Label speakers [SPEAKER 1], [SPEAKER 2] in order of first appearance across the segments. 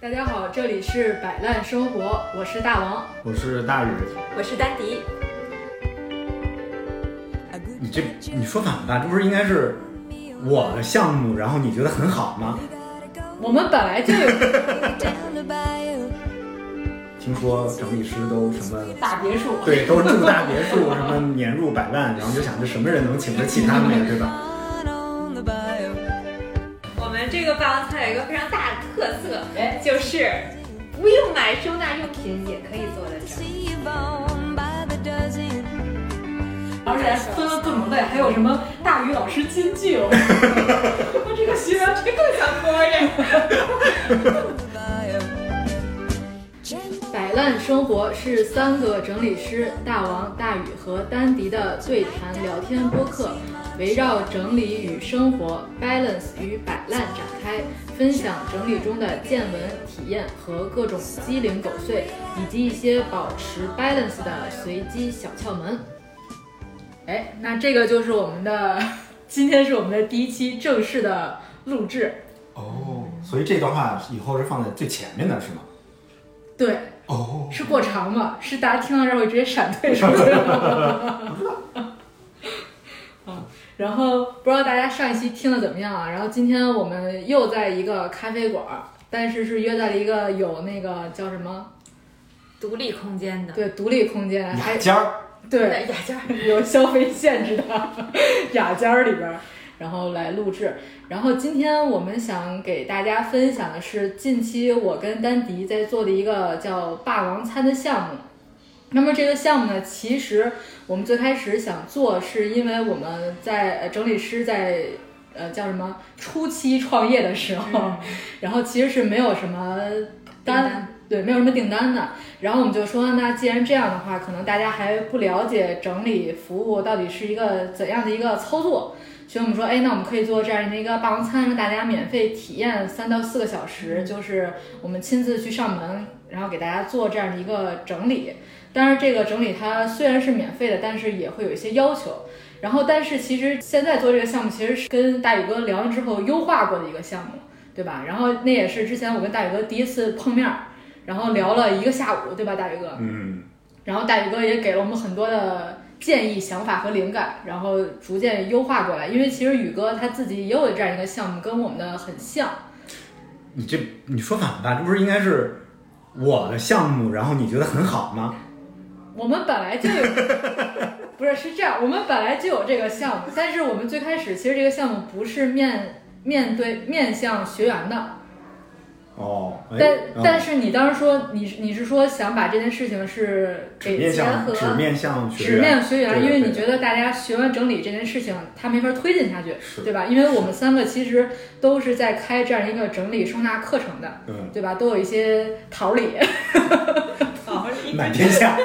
[SPEAKER 1] 大家好，这里是摆烂生活，我是大王。
[SPEAKER 2] 我是大宇，
[SPEAKER 3] 我是丹迪，
[SPEAKER 2] 你这你说反了吧？这不是应该是我的项目，然后你觉得很好吗？
[SPEAKER 1] 我们本来就有
[SPEAKER 2] 听说整理师都什么，
[SPEAKER 1] 大别墅，
[SPEAKER 2] 对，都住大别墅，什么年入百万，然后就想着什么人能请得起他们呀，对吧？
[SPEAKER 3] 我们这个霸王餐有一个非常大的特色，
[SPEAKER 1] 哎
[SPEAKER 3] 就是不用买收纳用品也可以做得成。
[SPEAKER 1] 而且分了不同类，还有什么大鱼老师金句哦，我这个学员这更想播呀。摆烂生活是三个整理师大王、大宇和丹迪的对谈聊天播客，围绕整理与生活 （balance 与摆烂）展开，分享整理中的见闻、体验和各种鸡零狗碎，以及一些保持 balance 的随机小窍门。哎，那这个就是我们的， 今天是我们的第一期正式的录制。
[SPEAKER 2] 哦，所以这段话以后是放在最前面的是吗？
[SPEAKER 1] 对，
[SPEAKER 2] 哦，
[SPEAKER 1] 是过长嘛？是大家听到这儿会直接闪退出去吗？啊，然后不知道大家上一期听的怎么样啊？然后今天我们又在一个咖啡馆儿，但是是约在了一个有那个叫什么？
[SPEAKER 3] 独立空间的，
[SPEAKER 1] 对，独立空间，
[SPEAKER 2] 雅
[SPEAKER 1] 还
[SPEAKER 2] 间儿，
[SPEAKER 1] 对
[SPEAKER 3] 雅间儿
[SPEAKER 1] 有消费限制的 雅间儿里边儿，然后来录制。然后今天我们想给大家分享的是近期我跟丹迪在做的一个叫“霸王餐”的项目。那么这个项目呢，其实我们最开始想做，是因为我们在呃整理师在呃叫什么初期创业的时候，然后其实是没有什么单，
[SPEAKER 3] 嗯订单
[SPEAKER 1] 对，没有什么订单的。然后我们就说，那既然这样的话，可能大家还不了解整理服务到底是一个怎样的一个操作，所以我们说，哎，那我们可以做这样的一个霸王餐，让大家免费体验三到四个小时，就是我们亲自去上门，然后给大家做这样的一个整理。但是这个整理它虽然是免费的，但是也会有一些要求。然后，但是其实现在做这个项目，其实是跟大宇哥聊完之后优化过的一个项目，对吧？然后那也是之前我跟大宇哥第一次碰面儿，然后聊了一个下午，对吧，大宇哥？
[SPEAKER 2] 嗯，
[SPEAKER 1] 然后大宇哥也给了我们很多的建议、想法和灵感，然后逐渐优化过来。因为其实宇哥他自己也有这样一个项目，跟我们的很像。
[SPEAKER 2] 你这你说反了吧？这不是应该是我的项目，然后你觉得很好吗？
[SPEAKER 1] 我们本来就有，不是是这样，我们本来就有这个项目，但是我们最开始其实这个项目不是面面对面向学员的，
[SPEAKER 2] 哦，哎
[SPEAKER 1] 但、
[SPEAKER 2] 嗯
[SPEAKER 1] 但是你当时说你是你是说想把这件事情是
[SPEAKER 2] 只
[SPEAKER 1] 给
[SPEAKER 2] 嗯面
[SPEAKER 1] 结
[SPEAKER 2] 向
[SPEAKER 1] 合
[SPEAKER 2] 只面向学
[SPEAKER 1] 纸
[SPEAKER 2] 员，
[SPEAKER 1] 面学员，
[SPEAKER 2] 对
[SPEAKER 1] 因为
[SPEAKER 2] 对
[SPEAKER 1] 你觉得大家学完整理这件事情，他没法推进下去
[SPEAKER 2] 是，
[SPEAKER 1] 对吧？因为我们三个其实都是在开这样一个整理收纳课程的，
[SPEAKER 2] 嗯，
[SPEAKER 1] 对吧？都有一些桃李，
[SPEAKER 3] 好，只
[SPEAKER 2] 满天下，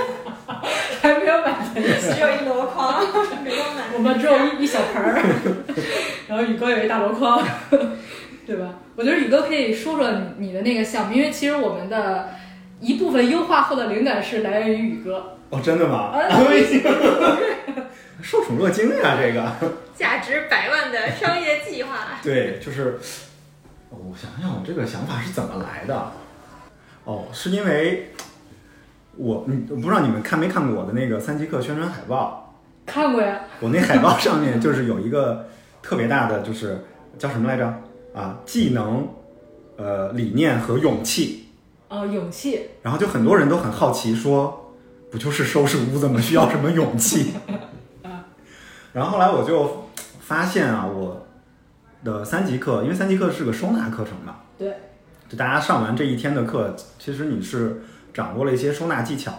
[SPEAKER 1] 还没有满
[SPEAKER 3] 有一箩 筐，没有买
[SPEAKER 1] 我们只有一一小盆儿， 然后宇哥有一大箩筐， 对吧？我觉得宇哥可以说说你你的那个项目，因为其实我们的一部分优化后的灵感是来源于宇 哥。
[SPEAKER 2] 哦，真的吗？
[SPEAKER 1] 哎
[SPEAKER 2] 受宠若惊呀、这个。
[SPEAKER 3] 价值百万的商业计划。
[SPEAKER 2] 对，就是哦我想想，我这个想法是怎么来的？哦，是因为我，嗯我不知道你们看没看过我的那个三节课宣传海报。
[SPEAKER 1] 看过呀，
[SPEAKER 2] 我那海报上面就是有一个特别大的，就是叫什么来着？啊，技能、呃，理念和勇气。
[SPEAKER 1] 呃，勇气，
[SPEAKER 2] 然后就很多人都很好奇说，不就是收拾屋子吗？需要什么 勇气？然后后来我就发现啊，我的三级课，因为三级课是个收纳课程嘛，
[SPEAKER 1] 对，
[SPEAKER 2] 就大家上完这一天的课，其实你是掌握了一些收纳技巧，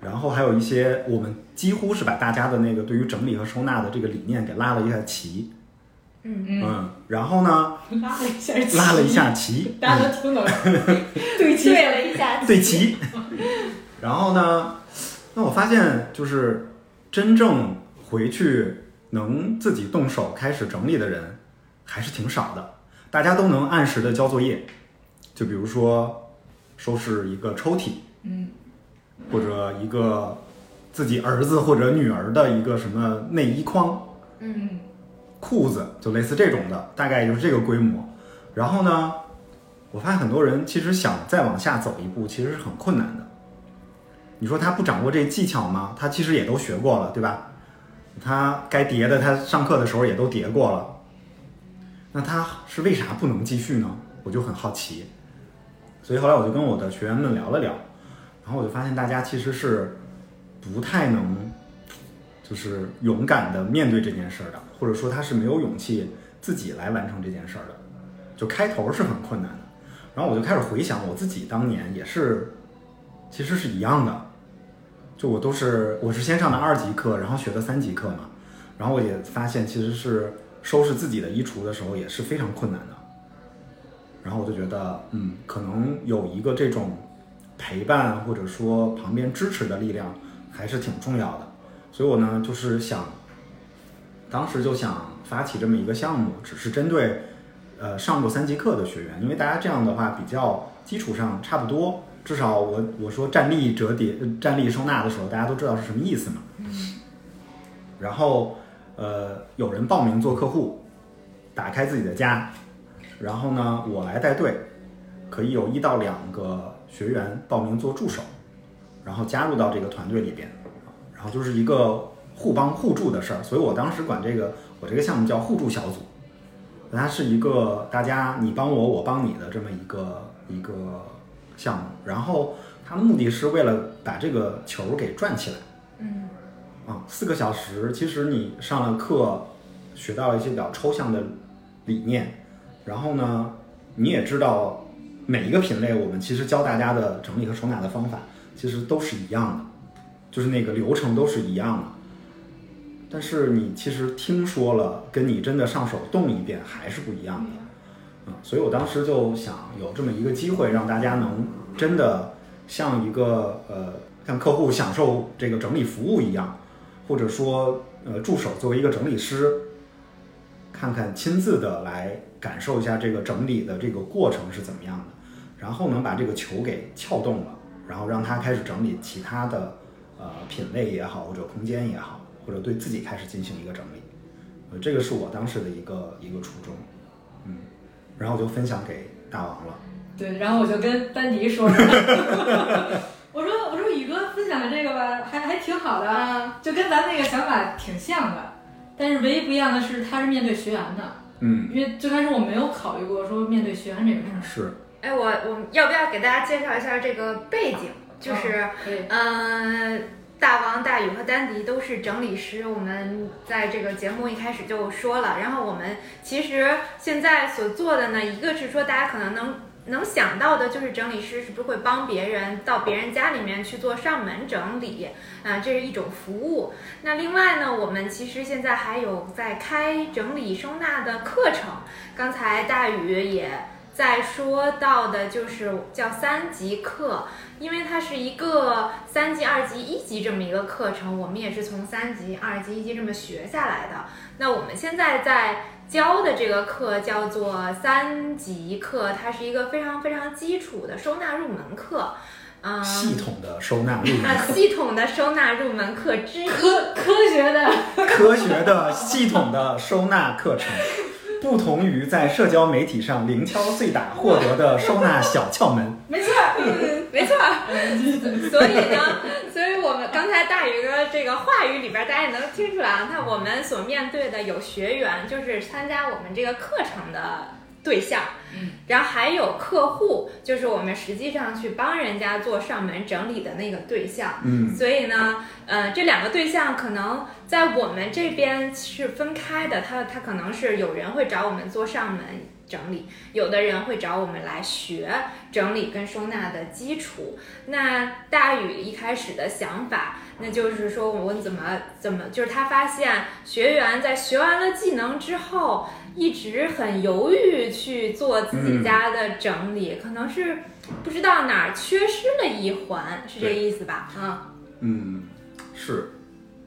[SPEAKER 2] 然后还有一些我们几乎是把大家的那个对于整理和收纳的这个理念给拉了一下齐，
[SPEAKER 1] 嗯，
[SPEAKER 2] 嗯，然后呢
[SPEAKER 1] 拉了一下旗
[SPEAKER 2] 拉了一，下齐，
[SPEAKER 1] 大家都听懂了，对齐
[SPEAKER 3] 对了一下，
[SPEAKER 2] 对齐。然后呢，那我发现就是真正回去能自己动手开始整理的人还是挺少的，大家都能按时的交作业，就比如说收拾一个抽屉，
[SPEAKER 1] 嗯，
[SPEAKER 2] 或者一个自己儿子或者女儿的一个什么内衣筐，
[SPEAKER 1] 嗯，
[SPEAKER 2] 裤子，就类似这种的，大概就是这个规模。然后呢，我发现很多人其实想再往下走一步，其实是很困难的。你说他不掌握这技巧吗？他其实也都学过了，对吧？他该叠的，他上课的时候也都叠过了。那他是为啥不能继续呢？我就很好奇。所以后来我就跟我的学员们聊了聊，然后我就发现大家其实是不太能，就是勇敢的面对这件事儿的，或者说他是没有勇气自己来完成这件事儿的，就开头是很困难的。然后我就开始回想我自己当年也是，其实是一样的，就我都是我是先上的二级课，然后学的三级课嘛，然后我也发现其实是收拾自己的衣橱的时候也是非常困难的。然后我就觉得，嗯，可能有一个这种陪伴或者说旁边支持的力量还是挺重要的。所以我呢就是想，当时就想发起这么一个项目，只是针对呃上过三级课的学员，因为大家这样的话比较基础上差不多，至少我我说站立折叠、呃站立收纳的时候，大家都知道是什么意思嘛。然后呃有人报名做客户，打开自己的家，然后呢，我来带队，可以有一到两个学员报名做助手，然后加入到这个团队里边，然后就是一个互帮互助的事儿。所以我当时管这个我这个项目叫互助小组，它是一个大家你帮我我帮你的这么一个一个项目。然后它的目的是为了把这个球给转起来。
[SPEAKER 3] 嗯，
[SPEAKER 2] 啊，四个小时，其实你上了课，学到了一些比较抽象的理念，然后呢，你也知道每一个品类，我们其实教大家的整理和收纳的方法，其实都是一样的，就是那个流程都是一样的。但是你其实听说了，跟你真的上手动一遍还是不一样的。嗯，所以我当时就想有这么一个机会，让大家能真的像一个呃，像客户享受这个整理服务一样，或者说呃，助手作为一个整理师，看看亲自的来感受一下这个整理的这个过程是怎么样的，然后能把这个球给撬动了，然后让他开始整理其他的呃品类也好，或者空间也好，或者对自己开始进行一个整理，呃，这个是我当时的一个一个初衷，嗯，然后我就分享给大王了，
[SPEAKER 1] 对，然后我就跟丹迪说， 我说我说宇哥分享的这个吧，还还挺好的啊，
[SPEAKER 3] 嗯
[SPEAKER 4] 啊，
[SPEAKER 1] 就跟咱那个想法挺像的，但是唯一不一样的是他是面对学员的，
[SPEAKER 2] 嗯，
[SPEAKER 1] 因为最开始我没有考虑过说面对学员这个事儿，
[SPEAKER 2] 是，
[SPEAKER 3] 哎，我我们要不要给大家介绍一下这个背景？就是，
[SPEAKER 1] 可以，
[SPEAKER 3] 嗯、大王、大宇和丹迪都是整理师，我们在这个节目一开始就说了。然后我们其实现在所做的呢，一个是说大家可能能能想到的，就是整理师是不是会帮别人到别人家里面去做上门整理，啊、这是一种服务。那另外呢，我们其实现在还有在开整理收纳的课程。刚才大宇也在说到的，就是叫三级课，因为它是一个三级、二级、一级这么一个课程，我们也是从三级、二级、一级这么学下来的。那我们现在在教的这个课叫做三级课，它是一个非常非常基础的收纳入门课，嗯，
[SPEAKER 2] 系统的收纳入
[SPEAKER 3] 啊
[SPEAKER 2] 门，
[SPEAKER 3] 系统的收纳入门课之一。
[SPEAKER 1] 科科学的，
[SPEAKER 2] 科学的系统的收纳课程，不同于在社交媒体上零敲碎打获得的收纳小窍门。
[SPEAKER 1] 没错儿，
[SPEAKER 3] 嗯， 没错儿。所以呢，所以我们刚才大宇哥这个话语里边，大家也能听出来啊，那我们所面对的有学员，就是参加我们这个课程的对象，
[SPEAKER 1] 嗯，
[SPEAKER 3] 然后还有客户，就是我们实际上去帮人家做上门整理的那个对象。
[SPEAKER 2] 嗯，
[SPEAKER 3] 所以呢，呃，这两个对象可能在我们这边是分开的，他他可能是有人会找我们做上门整理，有的人会找我们来学整理跟收纳的基础。那大宇一开始的想法，那就是说我怎么怎么，就是他发现学员在学完了技能之后，一直很犹豫去做自己家的整理，可能是不知道哪儿缺失了一环，是这
[SPEAKER 2] 对
[SPEAKER 3] 意思吧？啊。
[SPEAKER 2] 嗯，是，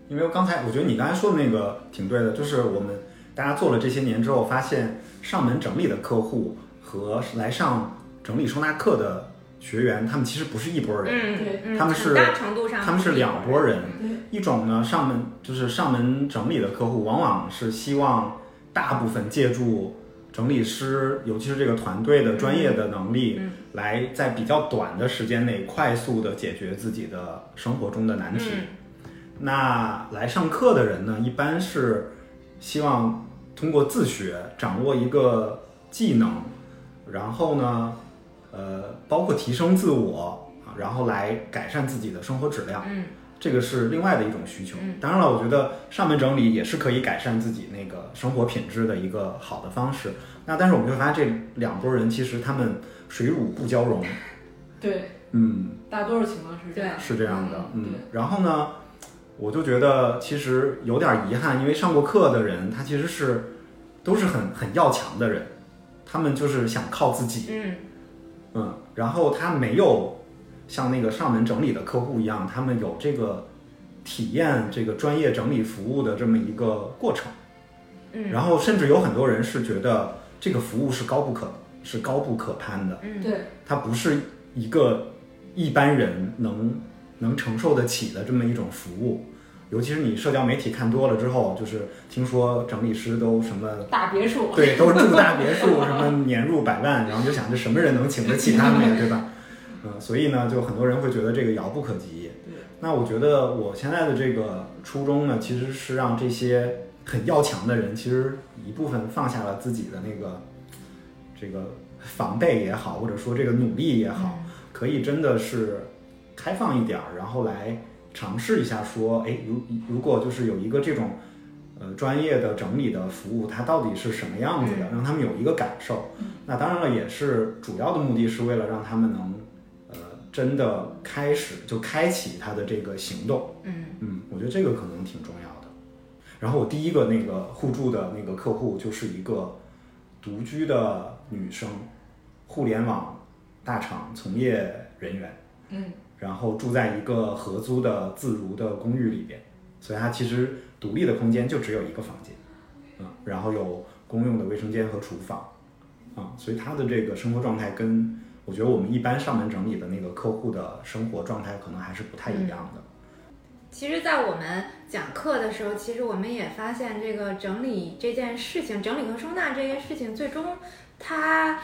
[SPEAKER 2] 因为刚才我觉得你刚才说的那个挺对的，就是我们大家做了这些年之后，发现上门整理的客户和来上整理收纳课的学员，他们其实不是一拨人，
[SPEAKER 3] 嗯，
[SPEAKER 1] 对
[SPEAKER 3] 嗯
[SPEAKER 2] 他们
[SPEAKER 3] 很
[SPEAKER 2] 是
[SPEAKER 3] 大程度上
[SPEAKER 2] 他们是两拨人。
[SPEAKER 1] 对
[SPEAKER 2] 一种呢，上门就是上门整理的客户，往往是希望大部分借助整理师，尤其是这个团队的专业的能力，
[SPEAKER 3] 嗯
[SPEAKER 2] 来在比较短的时间内快速的解决自己的生活中的难题。
[SPEAKER 3] 嗯
[SPEAKER 2] 那来上课的人呢，一般是希望通过自学掌握一个技能，然后呢，呃，包括提升自我，啊然后来改善自己的生活质量。
[SPEAKER 3] 嗯
[SPEAKER 2] 这个是另外的一种需求
[SPEAKER 3] 嗯。
[SPEAKER 2] 当然了，我觉得上门整理也是可以改善自己那个生活品质的一个好的方式。那但是我们会发现，这两拨人其实他们水乳不交融，
[SPEAKER 4] 对，
[SPEAKER 2] 嗯，
[SPEAKER 4] 大多数情况是这样。
[SPEAKER 2] 是这样的，
[SPEAKER 4] 嗯
[SPEAKER 2] 嗯。然后呢，我就觉得其实有点遗憾，因为上过课的人，他其实是都是很很要强的人，他们就是想靠自己，
[SPEAKER 3] 嗯
[SPEAKER 2] 嗯，然后他没有像那个上门整理的客户一样，他们有这个体验这个专业整理服务的这么一个过程。
[SPEAKER 3] 嗯，
[SPEAKER 2] 然后甚至有很多人是觉得这个服务是高不可是高不可攀的，
[SPEAKER 3] 嗯
[SPEAKER 1] 对，
[SPEAKER 2] 它不是一个一般人能能承受得起的这么一种服务。尤其是你社交媒体看多了之后，就是听说整理师都什么
[SPEAKER 1] 大别墅，
[SPEAKER 2] 对，都是住大别墅，什么年入百万，然后就想这什么人能请得起他们呀，对吧？嗯，所以呢，就很多人会觉得这个遥不可及
[SPEAKER 1] 对。
[SPEAKER 2] 那我觉得我现在的这个初衷呢，其实是让这些很要强的人，其实一部分放下了自己的那个这个防备也好，或者说这个努力也好，
[SPEAKER 1] 嗯
[SPEAKER 2] 可以真的是开放一点儿，然后来尝试一下说，哎，如如果就是有一个这种呃专业的整理的服务，它到底是什么样子的，让他们有一个感受。那当然了，也是主要的目的是为了让他们能呃真的开始就开启他的这个行动。
[SPEAKER 3] 嗯
[SPEAKER 2] 嗯，我觉得这个可能挺重要的。然后我第一个那个互助的那个客户就是一个独居的女生，互联网大厂从业人员，
[SPEAKER 4] 嗯，
[SPEAKER 2] 然后住在一个合租的自如的公寓里边，所以她其实独立的空间就只有一个房间，嗯，然后有公用的卫生间和厨房，啊、所以她的这个生活状态跟我觉得我们一般上门整理的那个客户的生活状态可能还是不太一样的。
[SPEAKER 3] 其实，在我们讲课的时候，其实我们也发现，这个整理这件事情，整理和收纳这件事情，最终它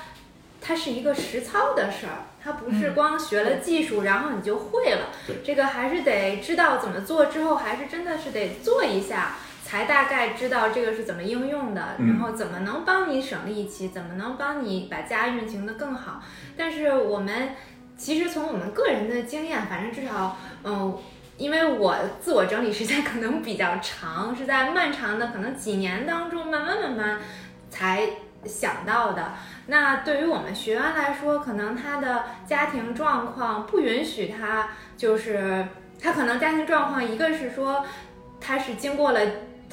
[SPEAKER 3] 它是一个实操的事儿，它不是光学了技术，然后你就会了
[SPEAKER 2] 对。
[SPEAKER 3] 这个还是得知道怎么做，之后还是真的是得做一下，才大概知道这个是怎么应用的，
[SPEAKER 2] 嗯
[SPEAKER 3] 然后怎么能帮你省力气，怎么能帮你把家运行得更好。但是我们其实从我们个人的经验，反正至少，嗯，因为我自我整理时间可能比较长，是在漫长的可能几年当中，慢慢慢慢才想到的。那对于我们学员来说，可能他的家庭状况不允许他，就是他可能家庭状况，一个是说他是经过了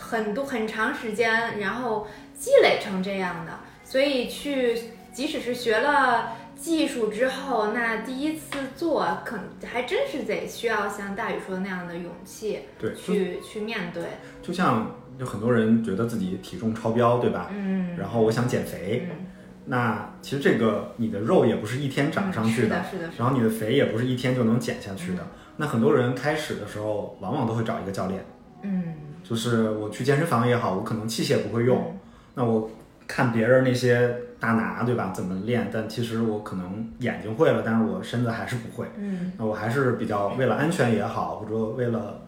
[SPEAKER 3] 很多很长时间，然后积累成这样的，所以去即使是学了。技术之后，那第一次做，可能还真是得需要像大宇说的那样的勇气
[SPEAKER 2] 对，
[SPEAKER 3] 去去面对。
[SPEAKER 2] 就像有很多人觉得自己体重超标，对吧？
[SPEAKER 3] 嗯，
[SPEAKER 2] 然后我想减肥，
[SPEAKER 3] 嗯
[SPEAKER 2] 那其实这个你的肉也不是一天长上去
[SPEAKER 3] 是
[SPEAKER 2] 的，
[SPEAKER 3] 的，嗯是的，嗯
[SPEAKER 2] 然后你的肥也不是一天就能减下去的。那很多人开始的时候，往往都会找一个教练，
[SPEAKER 3] 嗯，
[SPEAKER 2] 就是我去健身房也好，我可能器械不会用，那我看别人那些大拿，对吧？怎么练？但其实我可能眼睛会了，但是我身子还是不会。
[SPEAKER 3] 嗯，
[SPEAKER 2] 那我还是比较为了安全也好，或者说为了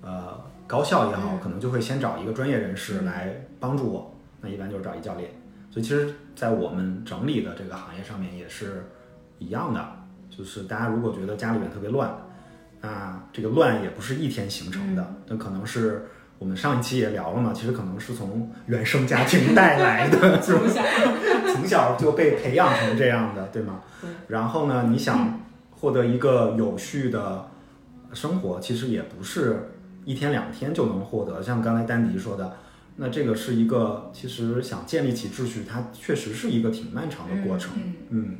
[SPEAKER 2] 呃高效也好，
[SPEAKER 3] 嗯
[SPEAKER 2] 可能就会先找一个专业人士来帮助我。那一般就是找一教练。所以其实，在我们整理的这个行业上面也是一样的，就是大家如果觉得家里面特别乱，那这个乱也不是一天形成
[SPEAKER 3] 嗯
[SPEAKER 2] 的，那可能是。我们上一期也聊了嘛，其实可能是从原生家庭带来 的， 就
[SPEAKER 1] 从
[SPEAKER 2] 是
[SPEAKER 1] 小
[SPEAKER 2] 从小就被培养成这样的，对吗
[SPEAKER 1] 对？
[SPEAKER 2] 然后呢，你想获得一个有序的生活，其实也不是一天两天就能获得。像刚才丹迪说的，那这个是一个其实想建立起秩序，它确实是一个挺漫长的过程。
[SPEAKER 4] 嗯
[SPEAKER 2] 嗯，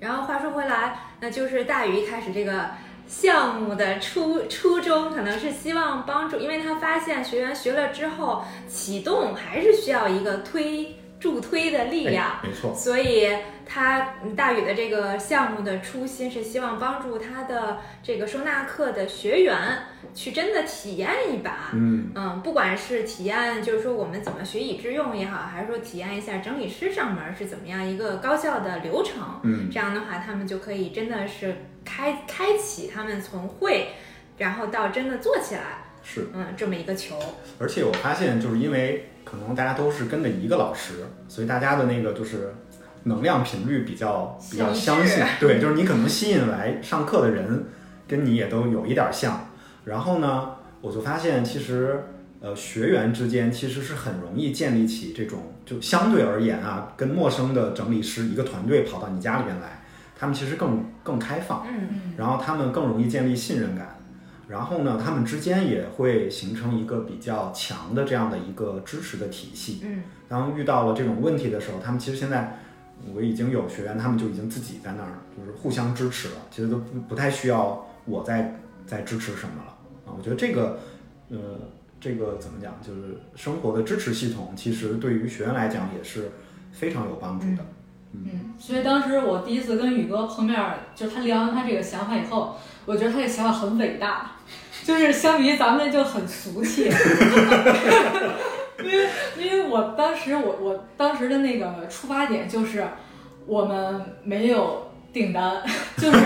[SPEAKER 3] 然后话说回来，那就是大宇一开始这个项目的初初衷，可能是希望帮助，因为他发现学员学了之后启动还是需要一个推。助推的力量。
[SPEAKER 2] 哎没错，
[SPEAKER 3] 所以他嗯大宇的这个项目的初心是希望帮助他的这个收纳课的学员去真的体验一把。
[SPEAKER 2] 嗯，
[SPEAKER 3] 嗯，不管是体验，就是说我们怎么学以致用也好，还是说体验一下整理师上门是怎么样一个高效的流程，
[SPEAKER 2] 嗯，
[SPEAKER 3] 这样的话，他们就可以真的是开开启他们从会，然后到真的做起来，
[SPEAKER 2] 是。
[SPEAKER 3] 嗯，这么一个球，
[SPEAKER 2] 而且我发现，就是因为可能大家都是跟着一个老师，所以大家的那个就是能量频率比较比较相
[SPEAKER 3] 相
[SPEAKER 2] 似。对，就是你可能吸引来上课的人，跟你也都有一点像。然后呢，我就发现其实呃学员之间其实是很容易建立起这种就相对而言啊，跟陌生的整理师一个团队跑到你家里面来，他们其实更更开放。
[SPEAKER 3] 嗯，
[SPEAKER 2] 然后他们更容易建立信任感，然后呢，他们之间也会形成一个比较强的这样的一个支持的体系。
[SPEAKER 3] 嗯，
[SPEAKER 2] 当遇到了这种问题的时候，他们其实现在我已经有学员，他们就已经自己在那儿就是互相支持了，其实都不不太需要我再再支持什么了啊。我觉得这个，呃，这个怎么讲，就是生活的支持系统，其实对于学员来讲也是非常有帮助的。
[SPEAKER 1] 嗯，所以当时我第一次跟宇哥碰面儿，就是他聊完他这个想法以后，我觉得他这想法很伟大，就是相比于咱们就很俗气。 因为因为我当时我我当时的那个出发点就是我们没有订单，就是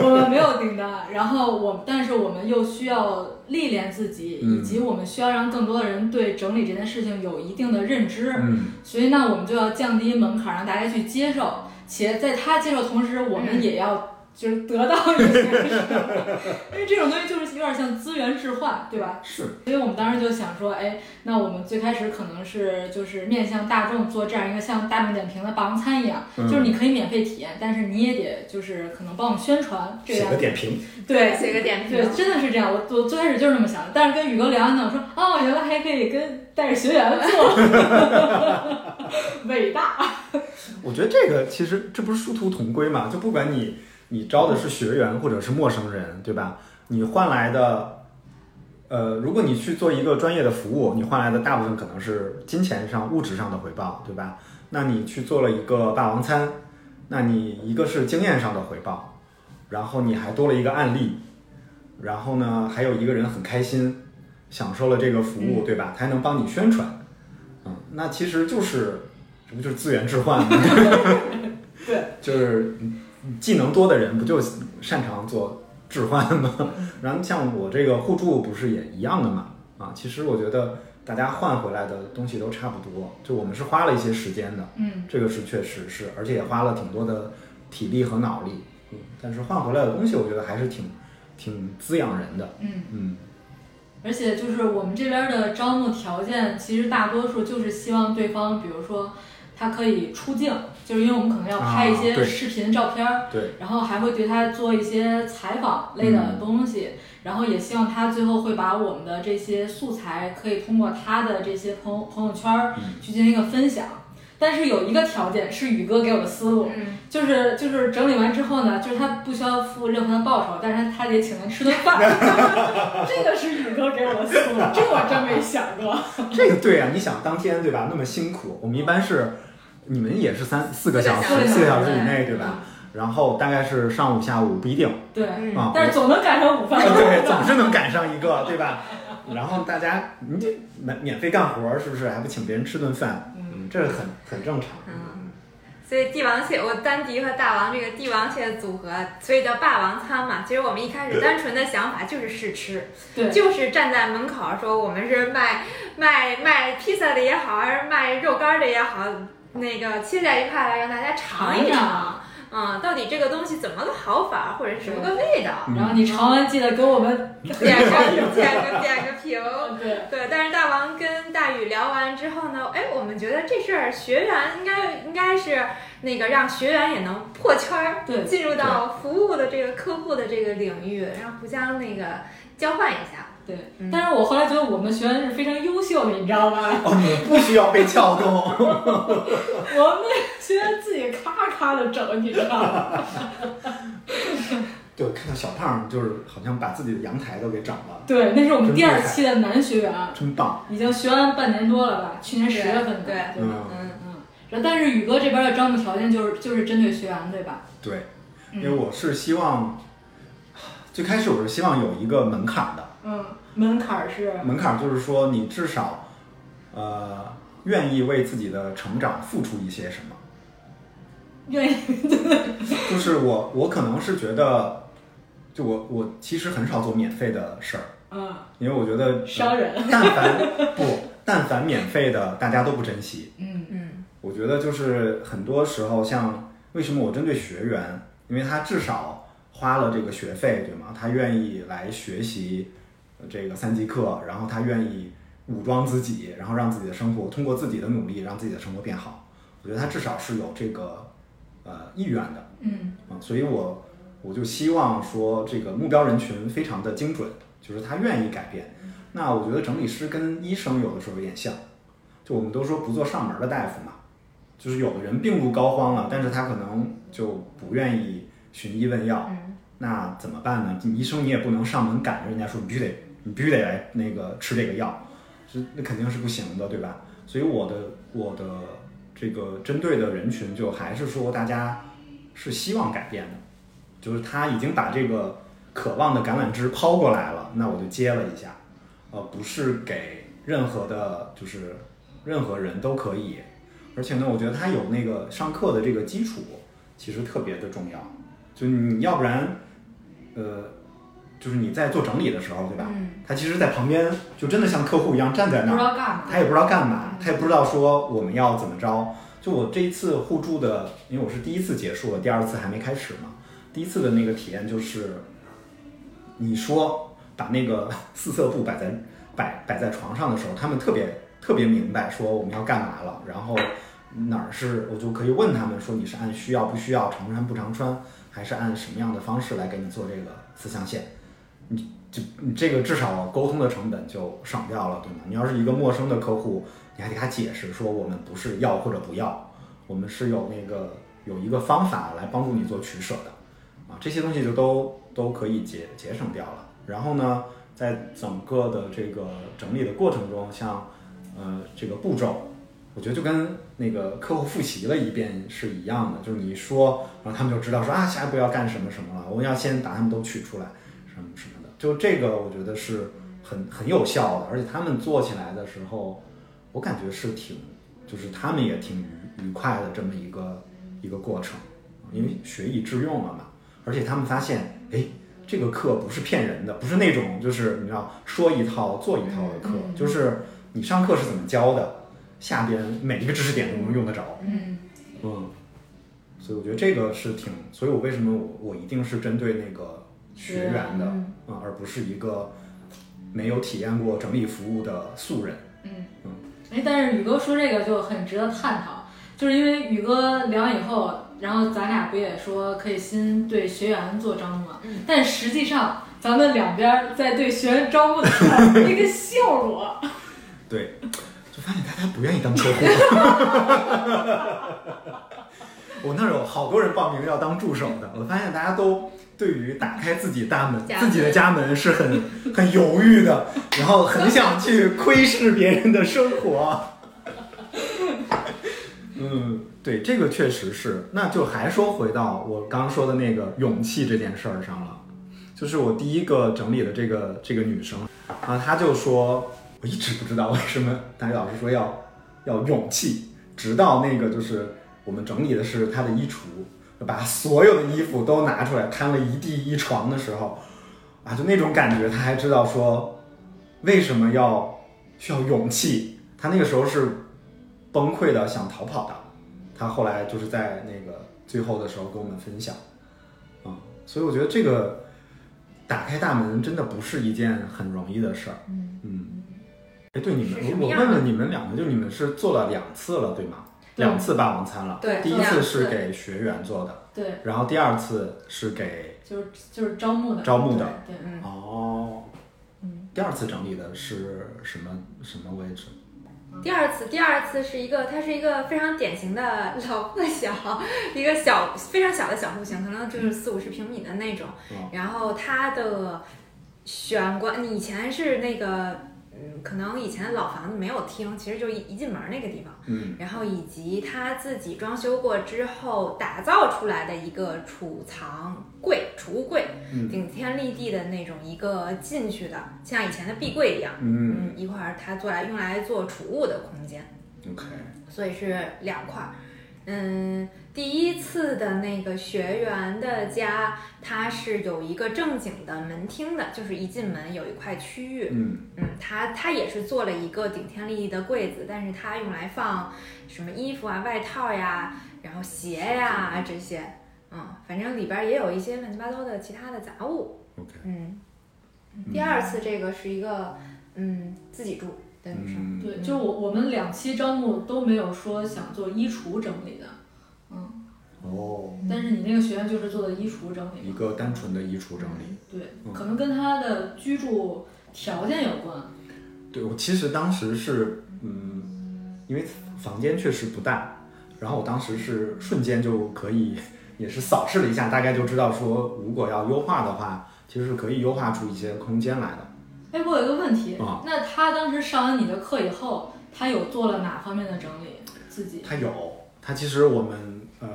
[SPEAKER 1] 我们没有订单， 然后我但是我们又需要历练自己，以及我们需要让更多的人对整理这件事情有一定的认知。
[SPEAKER 2] 嗯
[SPEAKER 1] 所以呢，我们就要降低门槛，让大家去接受，且在他接受的同时，我们也要就是得到一些什么， 因为这种东西就是有点像资源置换，对吧？
[SPEAKER 2] 是，
[SPEAKER 1] 所以我们当时就想说，哎，那我们最开始可能是就是面向大众做这样一个像大众点评的霸王餐一样，
[SPEAKER 2] 嗯
[SPEAKER 1] 就是你可以免费体验，但是你也得就是可能帮我们宣传这
[SPEAKER 2] 写
[SPEAKER 1] 样
[SPEAKER 2] 个，点评，
[SPEAKER 1] 对，
[SPEAKER 3] 写个点评
[SPEAKER 1] 对，，真的是这样。我我最开始就是那么想的，但是跟宇哥聊完呢，我说哦，原来还可以跟带着学员做， 伟大。
[SPEAKER 2] 我觉得这个其实这不是殊途同归嘛，就不管你你招的是学员或者是陌生人，对吧？你换来的，呃，如果你去做一个专业的服务，你换来的大部分可能是金钱上、物质上的回报，对吧？那你去做了一个霸王餐，那你一个是经验上的回报，然后你还多了一个案例，然后呢，还有一个人很开心，享受了这个服务，对吧？才能帮你宣传，嗯，那其实就是这不就是资源置换吗？
[SPEAKER 1] 对，
[SPEAKER 2] 就是技能多的人不就擅长做置换吗？然后像我这个互助不是也一样的嘛？啊，其实我觉得大家换回来的东西都差不多，就我们是花了一些时间的，
[SPEAKER 1] 嗯，
[SPEAKER 2] 这个是确实是，而且也花了挺多的体力和脑力，嗯，但是换回来的东西我觉得还是挺挺滋养人的，
[SPEAKER 1] 嗯，
[SPEAKER 2] 嗯，
[SPEAKER 1] 而且就是我们这边的招募条件，其实大多数就是希望对方，比如说他可以出镜，就是因为我们可能要拍一
[SPEAKER 2] 啊
[SPEAKER 1] 些
[SPEAKER 2] 对
[SPEAKER 1] 视频、照片儿，
[SPEAKER 2] 对，
[SPEAKER 1] 然后还会对他做一些采访类的东西，然后也希望他最后会把我们的这些素材可以通过他的这些朋友朋友圈儿
[SPEAKER 2] 嗯
[SPEAKER 1] 去进行一个分享。但是有一个条件是宇哥给我的思路，
[SPEAKER 3] 嗯，
[SPEAKER 1] 就是就是整理完之后呢，就是他不需要付任何的报酬，但是他得请咱吃顿饭。这个是宇哥给我的思路，这我真没想过。
[SPEAKER 2] 这个对啊，你想当天对吧？那么辛苦，我们一般是，你们也是三四个小
[SPEAKER 3] 四
[SPEAKER 2] 时，
[SPEAKER 3] 个小时
[SPEAKER 2] 四个小时以内对吧？然后大概是上午、下午不一定
[SPEAKER 1] 对，
[SPEAKER 3] 嗯
[SPEAKER 2] 啊，
[SPEAKER 1] 但是总能赶上午饭。
[SPEAKER 2] 对，总是能赶上一个对吧？然后大家你这免免费干活儿是不是？还不请别人吃顿饭？嗯，这很很正常。
[SPEAKER 3] 嗯所以帝王蟹，我丹迪和大王这个帝王蟹的组合，所以叫霸王餐嘛。其实我们一开始单纯的想法就是试吃，
[SPEAKER 1] 对
[SPEAKER 3] 就是站在门口说我们是卖卖卖披萨的也好，还是卖肉干的也好，那个切在一块来让大家尝一
[SPEAKER 1] 尝一
[SPEAKER 3] 尝
[SPEAKER 1] 尝，
[SPEAKER 3] 嗯，到底这个东西怎么个好法，或者是什么个味道，
[SPEAKER 1] 然后你尝完记得给我们。
[SPEAKER 3] 点个点个点个评。
[SPEAKER 1] 对。
[SPEAKER 3] 对，但是大王跟大宇聊完之后呢，哎，我们觉得这事儿学员应该应该是那个让学员也能破圈儿，
[SPEAKER 1] 对
[SPEAKER 3] 进入到服务的这个客户的这个领域，然后互相那个交换一下。
[SPEAKER 1] 对
[SPEAKER 3] 嗯，
[SPEAKER 1] 但是我后来觉得我们学员是非常优秀的，你知道吧？
[SPEAKER 2] 哦，你们不需要被撬动。
[SPEAKER 1] 我们那学员自己咔咔的整，你知道 吗？
[SPEAKER 2] 对，看到小胖就是好像把自己的阳台都给整了，
[SPEAKER 1] 对，那是我们第二期的男学员，
[SPEAKER 2] 真棒。
[SPEAKER 1] 已经学完半年多了吧？去年十
[SPEAKER 3] 对
[SPEAKER 1] 月份的，
[SPEAKER 3] 对
[SPEAKER 1] 对吧
[SPEAKER 2] 嗯
[SPEAKER 3] 嗯，
[SPEAKER 1] 嗯，
[SPEAKER 4] 然后但是宇哥这边的招募条件就是就是针对学员，对吧？
[SPEAKER 2] 对，因为
[SPEAKER 4] 嗯
[SPEAKER 2] 我是希望，最开始我是希望有一个门槛的，
[SPEAKER 4] 嗯，门槛儿是
[SPEAKER 2] 门槛就是说你至少，呃，愿意为自己的成长付出一些什么。
[SPEAKER 4] 愿意
[SPEAKER 2] 就是我，我可能是觉得，就我我其实很少做免费的事儿，
[SPEAKER 4] 嗯
[SPEAKER 2] 因为我觉得，呃
[SPEAKER 1] 商人，
[SPEAKER 2] 但凡 不但凡免费的，大家都不珍惜。
[SPEAKER 4] 嗯
[SPEAKER 3] 嗯
[SPEAKER 2] 我觉得就是很多时候，像为什么我针对学员，因为他至少花了这个学费，对吗？他愿意来学习呃这个三级课，然后他愿意武装自己，然后让自己的生活通过自己的努力让自己的生活变好。我觉得他至少是有这个呃意愿的
[SPEAKER 4] 嗯
[SPEAKER 2] 啊、所以我我就希望说这个目标人群非常的精准，就是他愿意改变。那我觉得整理师跟医生有的时候有点像，就我们都说不做上门的大夫嘛，就是有的人病入膏肓了，但是他可能就不愿意寻医问药，
[SPEAKER 3] 嗯
[SPEAKER 2] 那怎么办呢？你医生你也不能上门赶着人家说你必须得你必须得来那个吃这个药，这那肯定是不行的，对吧？所以我的我的这个针对的人群就还是说大家是希望改变的，就是他已经把这个渴望的橄榄枝抛过来了，那我就接了一下，呃，不是给任何的，就是任何人都可以，而且呢，我觉得他有那个上课的这个基础，其实特别的重要，就你要不然，呃，就是你在做整理的时候，对吧？
[SPEAKER 3] 嗯
[SPEAKER 2] 他其实，在旁边就真的像客户一样站在
[SPEAKER 1] 不
[SPEAKER 2] 那
[SPEAKER 1] 知
[SPEAKER 2] 儿，
[SPEAKER 1] 道干嘛。
[SPEAKER 2] 他也不知道干嘛，他也不知道说我们要怎么着。就我这一次互助的，因为我是第一次结束了，第二次还没开始嘛。第一次的那个体验就是，你说把那个 四色布摆在摆摆在床上的时候，他们特别特别明白说我们要干嘛了，然后哪儿是我就可以问他们说你是按需要不需要常穿不常穿，还是按什么样的方式来给你做这个四象限。就你这个至少沟通的成本就省掉了，对吗？你要是一个陌生的客户，你还给他解释说我们不是要或者不要，我们是有那个有一个方法来帮助你做取舍的，啊，这些东西就都都可以节节省掉了。然后呢，在整个的这个整理的过程中，像呃这个步骤，我觉得就跟那个课后复习了一遍是一样的，就是你一说，然后他们就知道说啊下一步要干什么什么了，我要先把他们都取出来。什么什么的，就这个我觉得是很很有效的，而且他们做起来的时候，我感觉是挺，就是他们也挺愉愉快的这么一个一个过程，因为学以致用了嘛，而且他们发现，哎，这个课不是骗人的，不是那种就是你知道说一套做一套的课，
[SPEAKER 4] 嗯
[SPEAKER 2] 就是你上课是怎么教的，下边每一个知识点都能用得着，
[SPEAKER 4] 嗯
[SPEAKER 2] 嗯，所以我觉得这个是挺，所以我为什么我我一定是针对那个学员的，
[SPEAKER 3] 嗯
[SPEAKER 2] 嗯，而不是一个没有体验过整理服务的素人。
[SPEAKER 4] 嗯
[SPEAKER 2] 嗯
[SPEAKER 4] 哎，但是宇哥说这个就很值得探讨，就是因为宇哥聊完以后，然后咱俩不也说可以先对学员做招募嘛？
[SPEAKER 3] 嗯
[SPEAKER 4] 但实际上，咱们两边儿在对学员招募的时候，一个笑我。
[SPEAKER 2] 对，就发现大家不愿意当客户。我那儿有好多人报名要当助手的，我发现大家都对于打开自己大门、
[SPEAKER 3] 家
[SPEAKER 2] 自
[SPEAKER 3] 门
[SPEAKER 2] 己的家门是很很犹豫的，然后很想去窥视别人的生活。嗯，对，这个确实是。那就还说回到我刚说的那个勇气这件事儿上了，就是我第一个整理的这个这个女生啊，她就说，我一直不知道为什么大学老师说要要勇气，直到那个就是我们整理的是她的衣橱，把所有的衣服都拿出来摊了一地一床的时候，啊，就那种感觉，她还知道说为什么要需要勇气，她那个时候是崩溃的想逃跑的。他后来就是在那个最后的时候跟我们分享，嗯，所以我觉得这个打开大门真的不是一件很容易的事儿，
[SPEAKER 3] 嗯
[SPEAKER 2] 嗯。哎，对你们
[SPEAKER 3] 是什，么
[SPEAKER 2] 我
[SPEAKER 3] 样
[SPEAKER 2] 问
[SPEAKER 3] 的
[SPEAKER 2] 问你们两个，就你们是做了两次了，对吗？
[SPEAKER 4] 对
[SPEAKER 2] 两次霸王餐了，
[SPEAKER 3] 对
[SPEAKER 2] 第一
[SPEAKER 3] 做
[SPEAKER 2] 次
[SPEAKER 3] 两
[SPEAKER 2] 是
[SPEAKER 3] 次
[SPEAKER 2] 给学员做的，
[SPEAKER 4] 对，
[SPEAKER 2] 然后第二次是给
[SPEAKER 4] 就是就是招募的。
[SPEAKER 2] 招募的。
[SPEAKER 4] 对，
[SPEAKER 3] 嗯
[SPEAKER 2] 哦
[SPEAKER 4] 嗯，
[SPEAKER 2] 第二次整理的是什么什么位置？
[SPEAKER 3] 第二次，第二次是一个，它是一个非常典型的老破小，一个小非常小的小户型，可能就是四五十平米的那种。
[SPEAKER 2] 嗯
[SPEAKER 3] 然后它的选官，你以前是那个嗯，可能以前老房子没有厅，其实就一一进门那个地方，
[SPEAKER 2] 嗯，
[SPEAKER 3] 然后以及他自己装修过之后打造出来的一个储藏柜、储物柜，
[SPEAKER 2] 嗯
[SPEAKER 3] 顶天立地的那种一个进去的，像以前的壁柜一样，
[SPEAKER 2] 嗯
[SPEAKER 3] 嗯，一块儿它做来用来做储物的空间。
[SPEAKER 2] ，OK，
[SPEAKER 3] 所以是两块儿。嗯，第一次的那个学员的家，它是有一个正经的门厅的，就是一进门有一块区域，
[SPEAKER 2] 嗯
[SPEAKER 3] 嗯，它它也是做了一个顶天立地的柜子，但是它用来放什么衣服啊、外套呀，然后鞋呀这些，嗯，反正里边儿也有一些乱七八糟的其他的杂物，
[SPEAKER 2] ，OK，
[SPEAKER 3] 嗯。第二次这个是一个，嗯，自己住的女生，
[SPEAKER 2] 嗯，
[SPEAKER 1] 对，就是我我们两期招募都没有说想做衣橱整理的，
[SPEAKER 2] 哦，
[SPEAKER 1] 但是你那个学院就是做的衣橱整理
[SPEAKER 2] 一
[SPEAKER 1] 嘛，
[SPEAKER 2] 个单纯的衣橱整理。
[SPEAKER 1] 对
[SPEAKER 2] 嗯，
[SPEAKER 1] 可能跟他的居住条件有关，
[SPEAKER 2] 对我其实当时是，嗯，因为房间确实不大，然后我当时是瞬间就可以，也是扫视了一下，大概就知道说，如果要优化的话，其实是可以优化出一些空间来的。
[SPEAKER 1] 哎，我有一个问题，
[SPEAKER 2] 啊
[SPEAKER 1] 那他当时上完你的课以后，他有做了哪方面的整理？自己
[SPEAKER 2] 它有，它其实我们呃，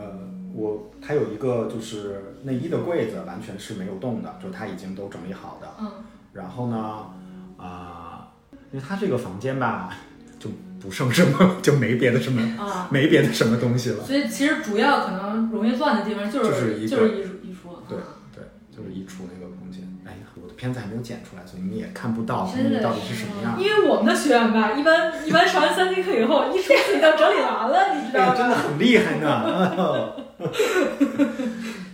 [SPEAKER 2] 我它有一个就是内衣的柜子，完全是没有动的，就是它已经都整理好的。
[SPEAKER 1] 嗯。
[SPEAKER 2] 然后呢，啊、因为它这个房间吧，就不剩什么，就没别的什么，
[SPEAKER 1] 啊，
[SPEAKER 2] 没别的什么东西了。
[SPEAKER 1] 所以其实主要可能容易乱的地方就
[SPEAKER 2] 就是
[SPEAKER 1] 是
[SPEAKER 2] 一个
[SPEAKER 1] 就是艺术艺术，
[SPEAKER 2] 对
[SPEAKER 1] 啊
[SPEAKER 2] 对，就是衣橱那个空间。哎呀，我的片子还没有剪出来，所以你也看不到
[SPEAKER 1] 真的
[SPEAKER 2] 到底是什么样
[SPEAKER 1] 因。为我们的学员吧，一般一般上完三节课以后，一出自己都整理完了，你知道
[SPEAKER 2] 哎呀，真的
[SPEAKER 1] 吧？
[SPEAKER 2] 很厉害呢！嗯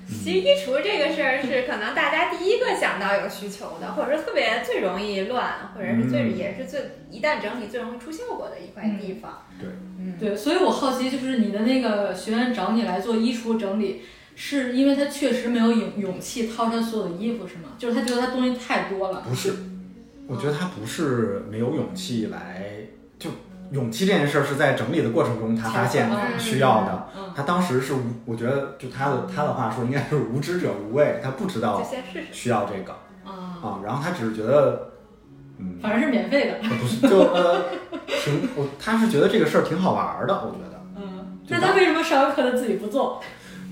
[SPEAKER 3] 其实衣橱这个事儿是可能大家第一个想到有需求的，或者说特别最容易乱，或者是最、
[SPEAKER 2] 嗯
[SPEAKER 3] 也是最一旦整理最容易出效果的一块地方。
[SPEAKER 2] 对
[SPEAKER 3] 嗯，
[SPEAKER 1] 对，所以我好奇，就是你的那个学员找你来做衣橱整理，是因为他确实没有勇勇气掏出来所有的衣服，是吗？就是他觉得他东西太多了，
[SPEAKER 2] 不是，我觉得他不是没有勇气来，就勇气这件事儿是在整理的过程中他发现
[SPEAKER 1] 嗯
[SPEAKER 2] 需要的。
[SPEAKER 1] 嗯，
[SPEAKER 2] 他当时是无，我觉得就他的他的话说，应该是无知者无畏，他不知
[SPEAKER 3] 就
[SPEAKER 2] 道
[SPEAKER 3] 先试试。
[SPEAKER 2] 需要这个
[SPEAKER 1] 啊，
[SPEAKER 2] 啊，然后他只是觉得， 嗯，
[SPEAKER 1] 反正是免费的，
[SPEAKER 2] 不是就呃，挺我他是觉得这个事儿挺好玩儿的，我觉得。
[SPEAKER 1] 嗯，
[SPEAKER 2] 对
[SPEAKER 1] 那
[SPEAKER 2] 吧
[SPEAKER 1] 他为什么上完课他自己不做？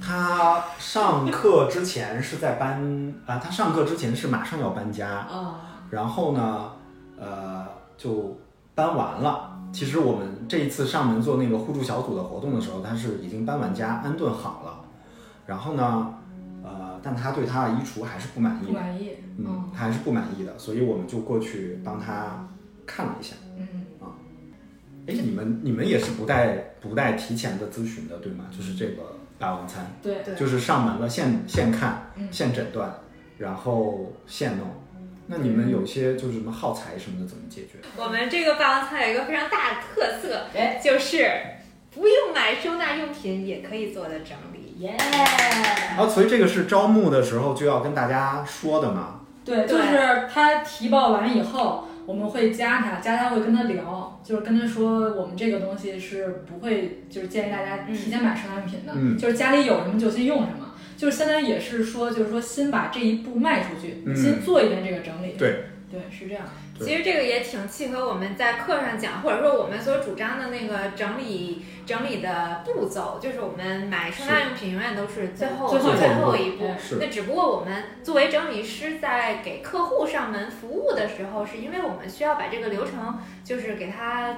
[SPEAKER 2] 他上课之前是在搬啊，他上课之前是马上要搬家，
[SPEAKER 1] 啊，
[SPEAKER 2] 然后呢，呃，就搬完了。其实我们这一次上门做那个互助小组的活动的时候，他是已经搬完家，安顿好了。然后呢，呃，但他对他的衣橱还是不满
[SPEAKER 1] 不
[SPEAKER 2] 意，
[SPEAKER 1] 满意，
[SPEAKER 2] 嗯，他还是不满意的，所以我们就过去帮他看了一下。
[SPEAKER 4] 嗯，
[SPEAKER 2] 哎，你们你们也是不带不带提前的咨询的，对吗？就是这个霸王餐。
[SPEAKER 1] 对，
[SPEAKER 3] 对
[SPEAKER 2] 就是上门了，现现看、
[SPEAKER 4] 嗯
[SPEAKER 2] 现诊断，然后现弄。那你们有些就是什么耗材什么的，怎么解决？
[SPEAKER 3] 我们这个霸王餐有一个非常大的特色，
[SPEAKER 1] 哎
[SPEAKER 3] 就是不用买收纳用品也可以做的整理。
[SPEAKER 1] 耶，
[SPEAKER 2] 啊，所以这个是招募的时候就要跟大家说的嘛。
[SPEAKER 1] 对，就是他提报完以后，我们会加他，加他会跟他聊，就是跟他说我们这个东西是不会，就是建议大家提前买生产品的，
[SPEAKER 2] 嗯
[SPEAKER 1] 就是家里有什么就先用什么。就是相当于也是说，就是说先把这一步迈出去，
[SPEAKER 2] 嗯
[SPEAKER 1] 先做一遍这个整理。
[SPEAKER 2] 对
[SPEAKER 1] 对，是这样。
[SPEAKER 2] 对
[SPEAKER 3] 其实这个也挺契合我们在课上讲，或者说我们所主张的那个整理整理的步骤，就是我们买收纳
[SPEAKER 2] 是
[SPEAKER 3] 用品永远都是最后
[SPEAKER 1] 最后一步
[SPEAKER 3] 最后一步
[SPEAKER 1] 对。
[SPEAKER 2] 是
[SPEAKER 3] 那只不过我们作为整理师，在给客户上门服务的时候，是因为我们需要把这个流程就是给它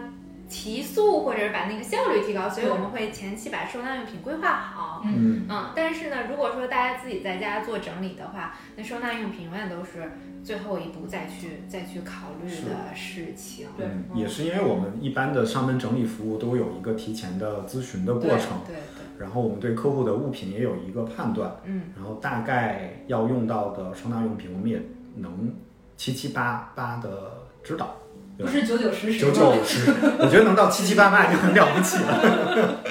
[SPEAKER 3] 提速，或者是把那个效率提高，所以
[SPEAKER 1] 对
[SPEAKER 3] 我们会前期把收纳用品规划好。
[SPEAKER 2] 嗯，
[SPEAKER 3] 嗯，但是呢，如果说大家自己在家做整理的话，那收纳用品永远都是最后一步再去再去考虑的事情。
[SPEAKER 1] 对
[SPEAKER 2] 嗯，也是因为我们一般的上门整理服务都有一个提前的咨询的
[SPEAKER 3] 对
[SPEAKER 2] 过程，
[SPEAKER 3] 对对，
[SPEAKER 2] 然后我们对客户的物品也有一个判断，
[SPEAKER 3] 嗯，
[SPEAKER 2] 然后大概要用到的收纳用品，我们也能七七八八的知道。
[SPEAKER 1] 不是九九十十
[SPEAKER 2] 九九五十，我觉得能到七七八八就很了不起了。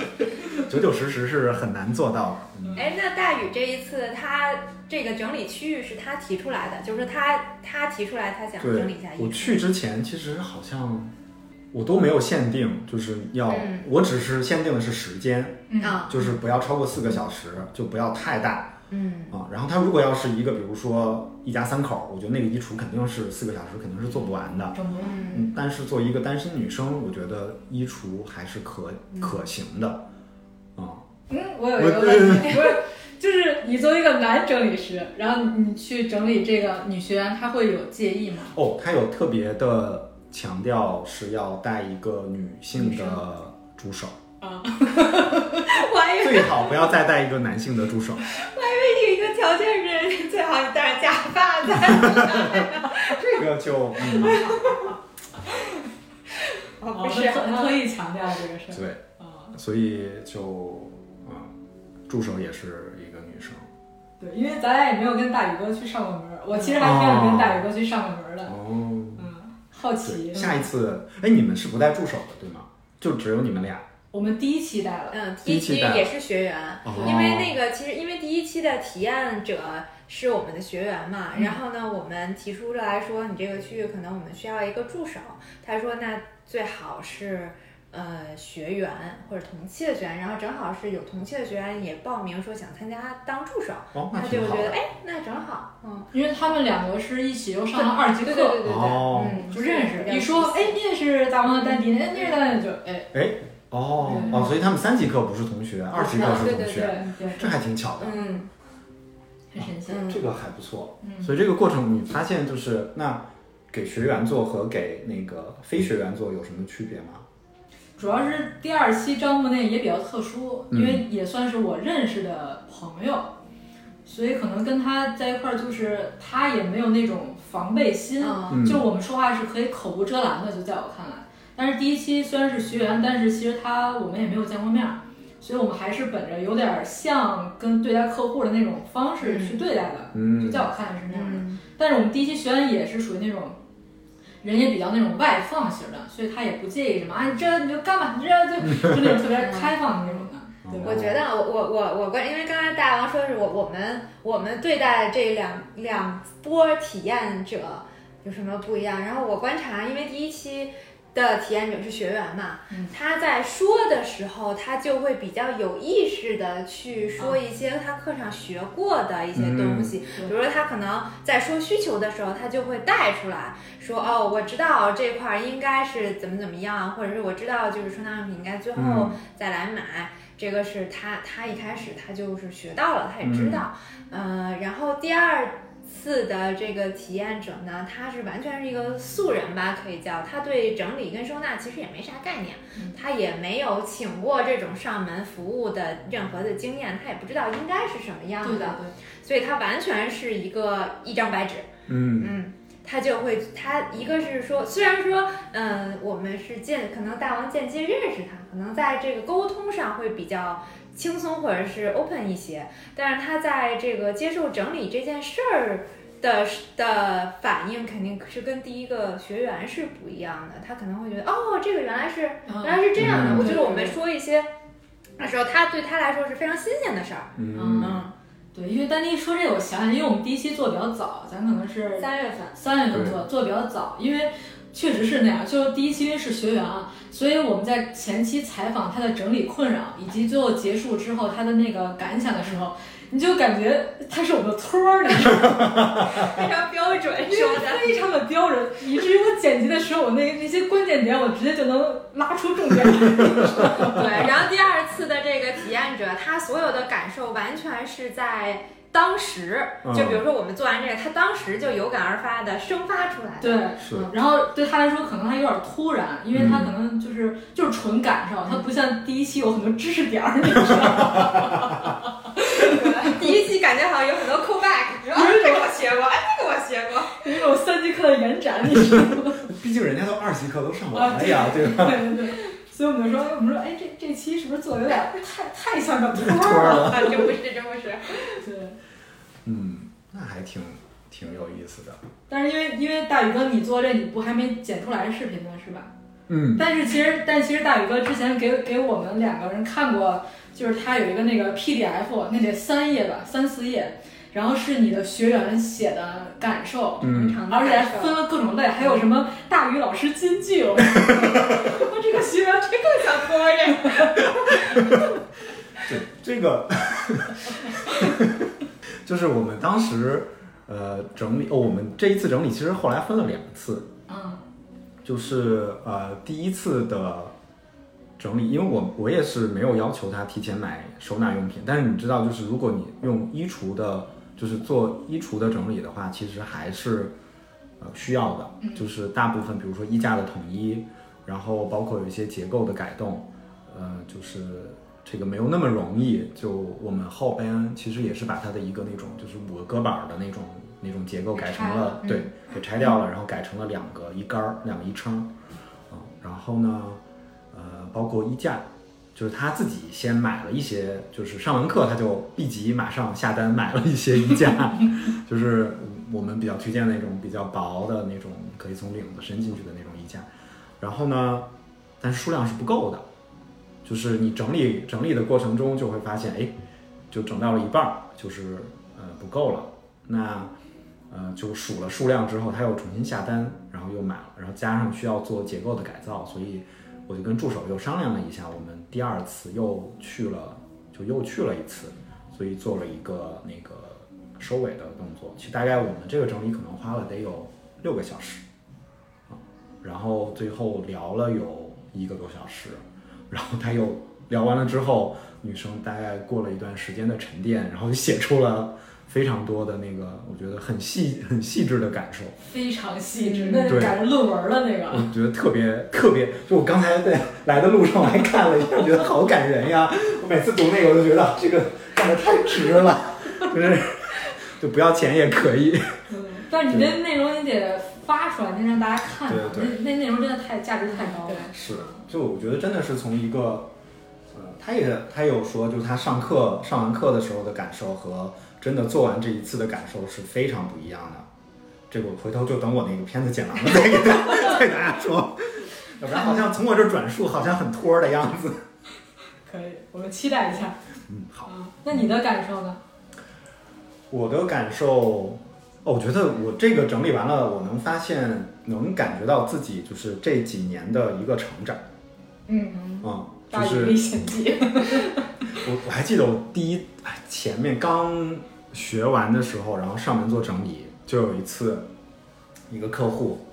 [SPEAKER 2] 九九十十是很难做到的。嗯
[SPEAKER 3] 哎，那大宇这一次他这个整理区域是他提出来的，就是他他提出来他想整理一下衣
[SPEAKER 2] 我
[SPEAKER 3] 服。
[SPEAKER 2] 去之前其实好像我都没有限定，就是要、
[SPEAKER 3] 嗯
[SPEAKER 2] 我只是限定的是时间，
[SPEAKER 1] 嗯
[SPEAKER 3] 啊，
[SPEAKER 2] 就是不要超过四个小时，就不要太大。
[SPEAKER 3] 嗯
[SPEAKER 2] 啊。然后他如果要是一个，比如说一家三口，我觉得那个衣橱肯定是四个小时肯定是做不完的。
[SPEAKER 4] 整不完。
[SPEAKER 3] 嗯
[SPEAKER 2] 嗯，但是作为一个单身女生，我觉得衣橱还是可
[SPEAKER 3] 嗯
[SPEAKER 2] 可行的啊。
[SPEAKER 1] 嗯，我有一个问题，不是，就是你作为一个男整理师，然后你去整理这个女学员，她会有介意吗？
[SPEAKER 2] 哦，他有特别的强调是要带一个女性的助手，
[SPEAKER 3] 我还以为
[SPEAKER 2] 最好不要再带一个男性的助 手。
[SPEAKER 3] 有一个条件是最好你戴上假发在。
[SPEAKER 2] 这个就嗯，
[SPEAKER 3] 哦，
[SPEAKER 1] 哦
[SPEAKER 3] 不是，
[SPEAKER 1] 她特她特意强调这个事儿。
[SPEAKER 2] 对，
[SPEAKER 1] 啊、
[SPEAKER 3] 嗯
[SPEAKER 2] 所以就嗯，助手也是一个女生。
[SPEAKER 1] 对，因为咱俩也没有跟大宇哥去上过门儿，我其实还挺想跟大宇哥去上过门儿的。
[SPEAKER 2] 哦，
[SPEAKER 1] 嗯，好奇。
[SPEAKER 2] 对，下一次，哎，你们是不带助手的对吗？就只有你们俩。
[SPEAKER 1] 我们第一期带了，
[SPEAKER 3] 嗯，
[SPEAKER 2] 第
[SPEAKER 3] 第
[SPEAKER 2] 一
[SPEAKER 3] 一
[SPEAKER 2] 期
[SPEAKER 3] 期
[SPEAKER 2] 带
[SPEAKER 3] 也是学员，
[SPEAKER 2] 哦
[SPEAKER 3] 因为那个其实因为第一期的提案者是我们的学员嘛，
[SPEAKER 1] 嗯
[SPEAKER 3] 然后呢，我们提出来说你这个区域可能我们需要一个助手，他说那最好是。呃，学员或者同期的学员，然后正好是有同期的学员也报名说想参加当助手，
[SPEAKER 2] 哦，那
[SPEAKER 3] 他就
[SPEAKER 2] 挺好
[SPEAKER 3] 觉得
[SPEAKER 2] 的。
[SPEAKER 3] 哎，那正好，嗯，
[SPEAKER 1] 因为他们两个是一起又上了二级
[SPEAKER 3] 对
[SPEAKER 1] 课，
[SPEAKER 3] 对对对对，
[SPEAKER 2] 哦
[SPEAKER 3] 嗯，
[SPEAKER 1] 不认
[SPEAKER 3] 是
[SPEAKER 1] 识。
[SPEAKER 3] 比较
[SPEAKER 1] 一说，
[SPEAKER 3] 有意
[SPEAKER 1] 哎，你也是大王的丹迪，哎，你也是丹迪，就哎，
[SPEAKER 2] 哦
[SPEAKER 1] 对
[SPEAKER 2] 哦，所以他们三级课不是同学，二级课
[SPEAKER 3] 对
[SPEAKER 2] 是
[SPEAKER 3] 对
[SPEAKER 2] 同
[SPEAKER 3] 对
[SPEAKER 2] 学，
[SPEAKER 1] 对
[SPEAKER 2] 这
[SPEAKER 1] 对，
[SPEAKER 2] 还挺巧
[SPEAKER 3] 思，
[SPEAKER 2] 的。
[SPEAKER 3] 嗯
[SPEAKER 1] 很神奇。
[SPEAKER 3] 嗯，
[SPEAKER 2] 这个还不错。
[SPEAKER 1] 嗯
[SPEAKER 2] 所以这个过程你发现就是那给学员做和给那个非学员做有什么区别吗？
[SPEAKER 1] 主要是第二期招募那也比较特殊，
[SPEAKER 2] 嗯
[SPEAKER 1] 因为也算是我认识的朋友，所以可能跟他在一块儿，就是他也没有那种防备心，
[SPEAKER 3] 嗯
[SPEAKER 2] 嗯，
[SPEAKER 1] 就我们说话是可以口无遮拦的，就在我看来。但是第一期虽然是学员，但是其实他我们也没有见过面儿，所以我们还是本着有点儿像跟对待客户的那种方式去对待的，就
[SPEAKER 2] 嗯
[SPEAKER 1] 在我看来是那样的。
[SPEAKER 3] 嗯
[SPEAKER 1] 但是我们第一期学员也是属于那种人也比较那种外放型的，所以他也不介意什么，啊，你这你就干吧，你这就就那种特别开放的那种的。对吧
[SPEAKER 3] 我觉得啊我我我我关，因为刚才大王说是我我们我们对待这两两波体验者有什么不一样？然后我观察，因为第一期的体验者是学员嘛，
[SPEAKER 1] 嗯
[SPEAKER 3] 他在说的时候，他就会比较有意识的去说一些他课上学过的一些东西，
[SPEAKER 1] 嗯对
[SPEAKER 3] 比如说他可能在说需求的时候，他就会带出来说哦，我知道这块儿应该是怎么怎么样，或者是我知道就是穿搭用品应该最后
[SPEAKER 2] 嗯
[SPEAKER 3] 再来买。这个是他他一开始他就是学到了，他也知道，
[SPEAKER 1] 嗯
[SPEAKER 3] 呃，然后第二次的这个体验者呢，他是完全是一个素人吧，可以叫他对整理跟收纳其实也没啥概念，
[SPEAKER 1] 嗯
[SPEAKER 3] 他也没有请过这种上门服务的任何的经验，他也不知道应该是什么样
[SPEAKER 1] 对
[SPEAKER 3] 的，
[SPEAKER 1] 的，
[SPEAKER 3] 所以他完全是一个一张白纸，
[SPEAKER 2] 嗯
[SPEAKER 3] 嗯，他就会，他一个是说，虽然说，嗯，我们是间，可能大王间接认识他，可能在这个沟通上会比较轻松或者是 open 一些，但是他在这个接受整理这件事儿的的反应，肯定是跟第一个学员是不一样的，他可能会觉得，哦，这个原来是原来
[SPEAKER 1] 嗯，
[SPEAKER 3] 是这样的，
[SPEAKER 2] 嗯
[SPEAKER 3] 我觉得我
[SPEAKER 1] 对
[SPEAKER 3] 们
[SPEAKER 1] 对
[SPEAKER 3] 说一些的时候，他对他来说是非常新鲜的事儿，
[SPEAKER 2] 嗯
[SPEAKER 3] 嗯，
[SPEAKER 1] 对，因为丹妮说这个，我想想，因为我们第一期做的比较早，咱可能是
[SPEAKER 3] 三月份，
[SPEAKER 1] 三月份做，做的比较早，因为确实是那样。就是第一期因为是学员啊，所以我们在前期采访他的整理困扰，以及最后结束之后他的那个感想的时候，你就感觉他是我们的托儿，你知道吗
[SPEAKER 3] 非常标准
[SPEAKER 1] 因
[SPEAKER 3] 说
[SPEAKER 1] 为
[SPEAKER 3] 的。
[SPEAKER 1] 非常的标准，以至于我剪辑的时候，我那那些关键点，我直接就能拉出重点。
[SPEAKER 3] 对，然后第二次的这个体验者，他所有的感受完全是在当时，就比如说我们做完这个，他当时就有感而发的生发出来的。
[SPEAKER 1] 对，
[SPEAKER 2] 是
[SPEAKER 1] 然后对他来说可能还有点突然，因为他可能就是、就是纯感受，他不像第一期有很多知识点儿，你知道吗？
[SPEAKER 3] 对，第一期感觉好像有很多 callback，是吧？哎这个我学过，哎，这个我学过。
[SPEAKER 1] 有一种三节课的延展，你知道吗？
[SPEAKER 2] 毕竟人家都二级课都上完了呀，对吧？
[SPEAKER 1] 对对对。所以我们就说，我们说，哎，这这期是不是做的有点太太像个托
[SPEAKER 2] 托
[SPEAKER 1] 儿
[SPEAKER 2] 儿
[SPEAKER 1] 了？
[SPEAKER 2] 了，
[SPEAKER 3] 啊，这不是，这不是。
[SPEAKER 1] 对。
[SPEAKER 2] 嗯，那还挺挺有意思的。
[SPEAKER 1] 但是因为因为大宇哥，你做这你不还没剪出来视频呢，是吧？
[SPEAKER 2] 嗯，
[SPEAKER 1] 但是其实，但其实大宇哥之前给给我们两个人看过，就是他有一个那个 PDF，那得三页吧，三四页，然后是你的学员写的感受，
[SPEAKER 2] 嗯
[SPEAKER 3] 常
[SPEAKER 1] 而且还
[SPEAKER 3] 感受
[SPEAKER 1] 分了各种类，还有什么大宇老师金句，我 我这个学员这个
[SPEAKER 3] 小托这个
[SPEAKER 2] 这这个 就是我们当时呃整理哦，我们这一次整理其实后来分了两次，
[SPEAKER 1] 嗯
[SPEAKER 2] 就是呃第一次的整理，因为我我也是没有要求他提前买收纳用品，但是你知道，就是如果你用衣橱的，就是做衣橱的整理的话，其实还是呃需要的，就是大部分比如说衣架的统一，然后包括有一些结构的改动，呃，就是。这个没有那么容易，就我们后边其实也是把它的一个那种就是五个隔板儿的那种那种结构改成
[SPEAKER 1] 拆
[SPEAKER 2] 了
[SPEAKER 1] 了，
[SPEAKER 2] 嗯对，给拆掉了，然后改成了两个一杆儿，两个一撑，嗯，然后呢，呃，包括衣架，就是他自己先买了一些，就是上完课他就立即马上下单买了一些衣 架，就是我们比较推荐那种比较薄的那种，可以从领子伸进去的那种衣架。然后呢，但是数量是不够的，就是你整理整理的过程中就会发现，哎，就整到了一半儿，就是呃不够了。那呃就数了数量之后，他又重新下单，然后又买了，然后加上需要做结构的改造，所以我就跟助手又商量了一下，我们第二次又去了，就又去了一次，所以做了一个那个收尾的动作。其实大概我们这个整理可能花了得有六个小时，啊然后最后聊了有一个多小时， 然后他又聊完了之后，女生大概过了一段时间的沉淀，然后就写出了非常多的那个，我觉得很细 很细致的感受。
[SPEAKER 1] 非常细致，
[SPEAKER 4] 嗯
[SPEAKER 1] 那
[SPEAKER 2] 对嗯
[SPEAKER 1] 赶上论文了那个。
[SPEAKER 2] 我觉得特别特别，就我刚才在来的路上我还看了一下，觉得好感人呀！ 我每次读那个，我就觉得这个干的太值了， 就是就不要钱也可以。
[SPEAKER 1] 嗯，但是你那内容你得发出来，得让大家看到。
[SPEAKER 2] 对对
[SPEAKER 1] 那那内容真的太价值太高了
[SPEAKER 4] 对。
[SPEAKER 2] 是，就我觉得真的是从一个，呃，他也他也有说，就是他上课上完课的时候的感受和真的做完这一次的感受是非常不一样的。这个我回头就等我那个片子剪完了再给大再给大家说，要不然好像从我这转述好像很托儿的样子。
[SPEAKER 1] 可以，我们期待一下。
[SPEAKER 2] 嗯，好。
[SPEAKER 1] 啊，那你的感受呢？
[SPEAKER 2] 我的感受，哦我觉得我这个整理完了，我能发现，能感觉到自己就是这几年的一个成长。
[SPEAKER 1] 嗯，
[SPEAKER 2] 嗯，就
[SPEAKER 1] 大鱼
[SPEAKER 2] 是
[SPEAKER 1] 历险 记。
[SPEAKER 2] 我我还记得我第一哎前面刚学完的时候，然后上门做整理，就有一次一个客户，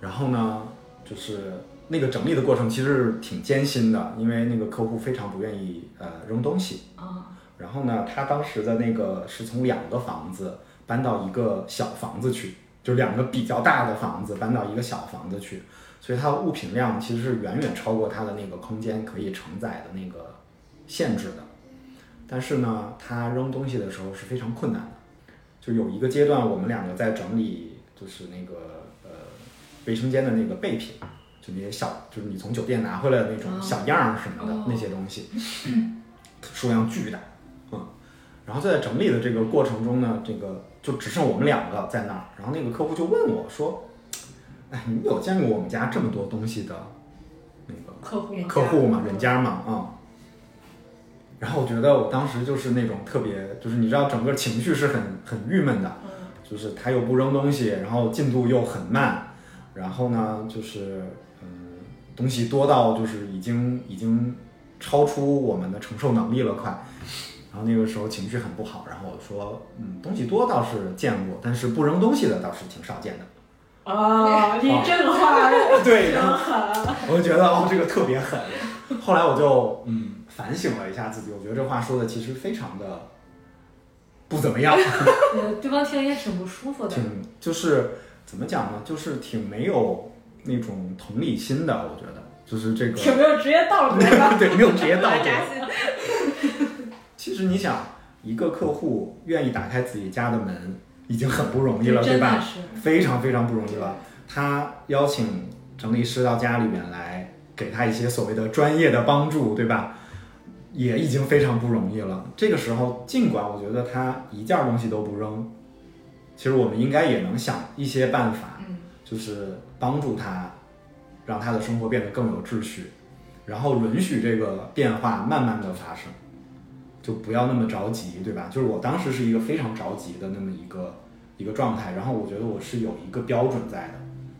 [SPEAKER 2] 然后呢，就是那个整理的过程其实挺艰辛的，因为那个客户非常不愿意呃扔东西。
[SPEAKER 1] 啊，
[SPEAKER 2] 然后呢，他当时的那个是从两个房子搬到一个小房子去，就两个比较大的房子搬到一个小房子去，所以它的物品量其实是远远超过它的那个空间可以承载的那个限制的。但是呢，他扔东西的时候是非常困难的，就有一个阶段，我们两个在整理，就是那个呃卫生间的那个备品，就那些小，就是你从酒店拿回来的那种小样儿什么的、
[SPEAKER 1] 哦
[SPEAKER 2] 那些东西，数量巨大，嗯。然后在整理的这个过程中呢，这个就只剩我们两个在那儿，然后那个客户就问我说：“哎，你们有见过我们家这么多东西的那个
[SPEAKER 1] 客户吗
[SPEAKER 2] 客户嘛，人家嘛，啊、然后我觉得我当时就是那种特别，就是你知道，整个情绪是很很郁闷的，就是他又不扔东西，然后进度又很慢，然后呢，就是嗯，东西多到就是已经已经超出我们的承受能力了，快。然后那个时候情绪很不好，然后我说，嗯，东西多倒是见过，但是不扔东西的倒是挺少见的。
[SPEAKER 1] 啊，你这话
[SPEAKER 2] 哦对，然后
[SPEAKER 1] 真狠。
[SPEAKER 2] 我就觉得哦，这个特别狠。后来我就嗯反省了一下自己，我觉得这话说的其实非常的不怎么 样，
[SPEAKER 1] 呃，对方听了应该挺不舒服的。
[SPEAKER 2] 挺就是怎么讲呢，就是挺没有那种同理心的。我觉得就是这
[SPEAKER 1] 有没
[SPEAKER 2] 个，
[SPEAKER 1] 有职业道德的？
[SPEAKER 2] 对，没有职业道
[SPEAKER 3] 扎
[SPEAKER 2] 德。
[SPEAKER 3] 心。
[SPEAKER 2] 其实你想，一个客户愿意打开自己家的门，已经很不容易了，对
[SPEAKER 1] 真的
[SPEAKER 2] 吧？
[SPEAKER 1] 是。
[SPEAKER 2] 非常非常不容易了。他邀请整理师到家里面来，给他一些所谓的专业的帮助，对吧？也已经非常不容易了。这个时候，尽管我觉得他一件东西都不扔，其实我们应该也能想一些办法，就是帮助他，让他的生活变得更有秩序，然后允许这个变化慢慢的发生，就不要那么着急，对吧？就是我当时是一个非常着急的那么一个一个状态，然后我觉得我是有一个标准在的，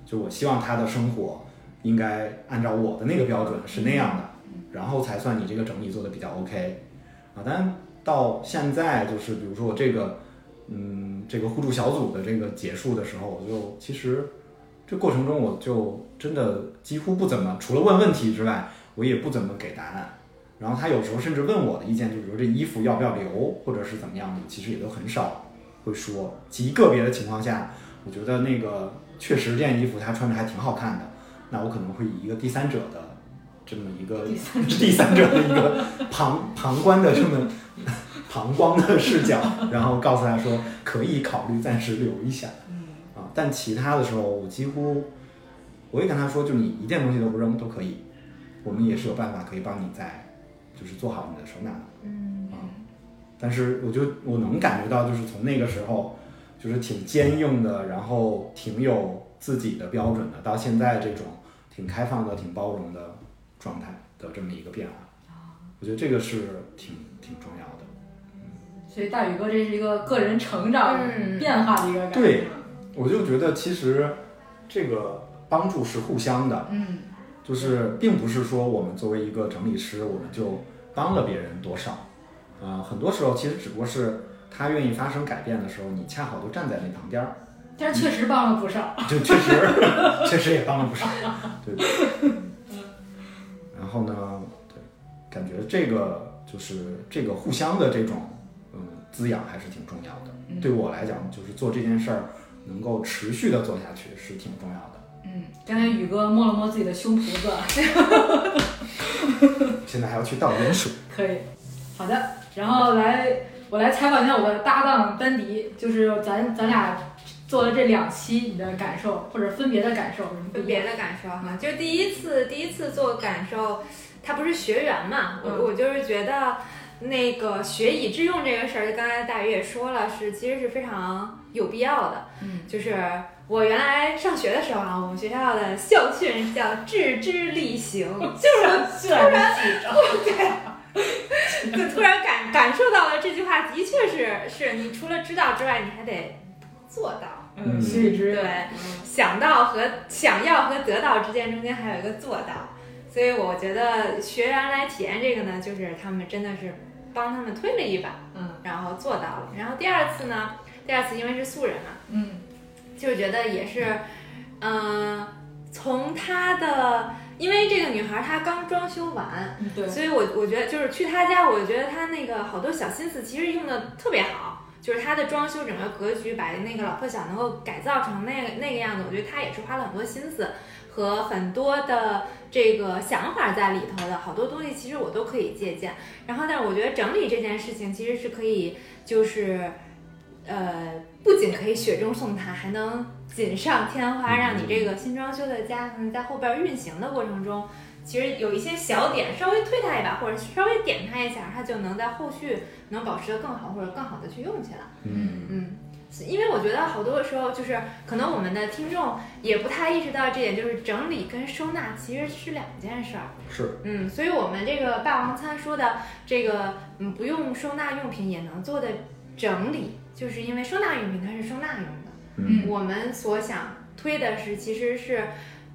[SPEAKER 2] 就我希望他的生活应该按照我的那个标准是那样的，然后才算你这个整理做的比较 OK 啊。当然，到现在就是比如说我这个嗯这个互助小组的这个结束的时候，我就其实这过程中我就真的几乎不怎么除了问问题之外，我也不怎么给答案。然后他有时候甚至问我的意见，就比如这衣服要不要留，或者是怎么样的，其实也都很少会说。极个别的情况下，我觉得那个确实这件衣服它穿着还挺好看的，那我可能会以一个第三者的这么一个 第三者的一个旁旁观的这么 膀胱的视 角，然后告诉他说可以考虑暂时留一下。
[SPEAKER 3] 嗯
[SPEAKER 2] 啊，但其他的时候我几乎我会跟他说，就你一件东西都不扔都可以，我们也是有办法可以帮你在就是做好你的收纳的。
[SPEAKER 3] 嗯
[SPEAKER 2] 啊，但是我就我能感觉到，就是从那个时候，就是挺坚硬的，然后挺有自己的标准的，到现在这种挺开放的、挺包容的状态的这么一个变化，我觉得这个是挺挺重要的。
[SPEAKER 1] 所以大宇哥这是一个个人成长、
[SPEAKER 3] 嗯
[SPEAKER 1] 变化的一个感觉。
[SPEAKER 2] 对，我就觉得其实这个帮助是互相的，
[SPEAKER 4] 嗯，
[SPEAKER 2] 就是并不是说我们作为一个整理师，我们就帮了别人多少，啊、很多时候其实只不过是他愿意发生改变的时候，你恰好都站在那旁边儿。
[SPEAKER 1] 但是确实帮了不少。
[SPEAKER 2] 就确实确实也帮了不少，对。然后呢，对，感觉这个就是这个互相的这种嗯滋养还是挺重要的。对我来讲，就是做这件事儿能够持续的做下去是挺重要的。
[SPEAKER 4] 嗯，
[SPEAKER 1] 刚才宇哥摸了摸自己的胸脯子，
[SPEAKER 2] 现在还要去倒点水，
[SPEAKER 1] 可以，好的。然后来，我来采访一下我的搭档丹迪，就是咱咱俩做了这两期，你的感受或者分别的感受，你
[SPEAKER 3] 分别的感受哈，就第一次第一次做感受，他不是学员嘛，我、
[SPEAKER 1] 嗯
[SPEAKER 3] 我就是觉得那个学以致用这个事儿，刚才大鱼也说了，是其实是非常有必要的。
[SPEAKER 4] 嗯，
[SPEAKER 3] 就是我原来上学的时候啊，我们学校的校训叫“置之力行”，
[SPEAKER 1] 嗯
[SPEAKER 3] 就是
[SPEAKER 1] 自然
[SPEAKER 3] 就突然感感受到了这句话，的确是是你除了知道之外，你还得做到。
[SPEAKER 1] 嗯，学以致
[SPEAKER 3] 对
[SPEAKER 1] 用。，
[SPEAKER 3] 想到和想要和得到之间中间还有一个做到，所以我觉得学员来体验这个呢，就是他们真的是帮他们推了一把，
[SPEAKER 1] 嗯
[SPEAKER 3] 然后做到了。然后第二次呢，第二次因为是素人嘛，
[SPEAKER 4] 嗯，
[SPEAKER 3] 就觉得也是，嗯、从她的，因为这个女孩她刚装修完，
[SPEAKER 1] 嗯对，
[SPEAKER 3] 所以我我觉得就是去她家，我觉得她那个好多小心思其实用的特别好。就是她的装修整个格局，把那个老破小能够改造成那个那个样子，我觉得她也是花了很多心思和很多的这个想法在里头的。好多东西其实我都可以借鉴。然后，但是我觉得整理这件事情其实是可以，就是呃，不仅可以雪中送炭，还能锦上添花，让你这个新装修的家可能在后边运行的过程中，其实有一些小点稍微推它一把，或者稍微点它一下，它就能在后续能保持得更好，或者更好的去用起来。
[SPEAKER 2] 嗯，
[SPEAKER 3] 嗯，因为我觉得好多时候就是可能我们的听众也不太意识到这点，就是整理跟收纳其实是两件事儿。
[SPEAKER 2] 是
[SPEAKER 3] 嗯，所以我们这个霸王餐说的这个，嗯，不用收纳用品也能做的整理，就是因为收纳用品它是收纳用的，
[SPEAKER 2] 嗯
[SPEAKER 3] 我们所想推的是其实是，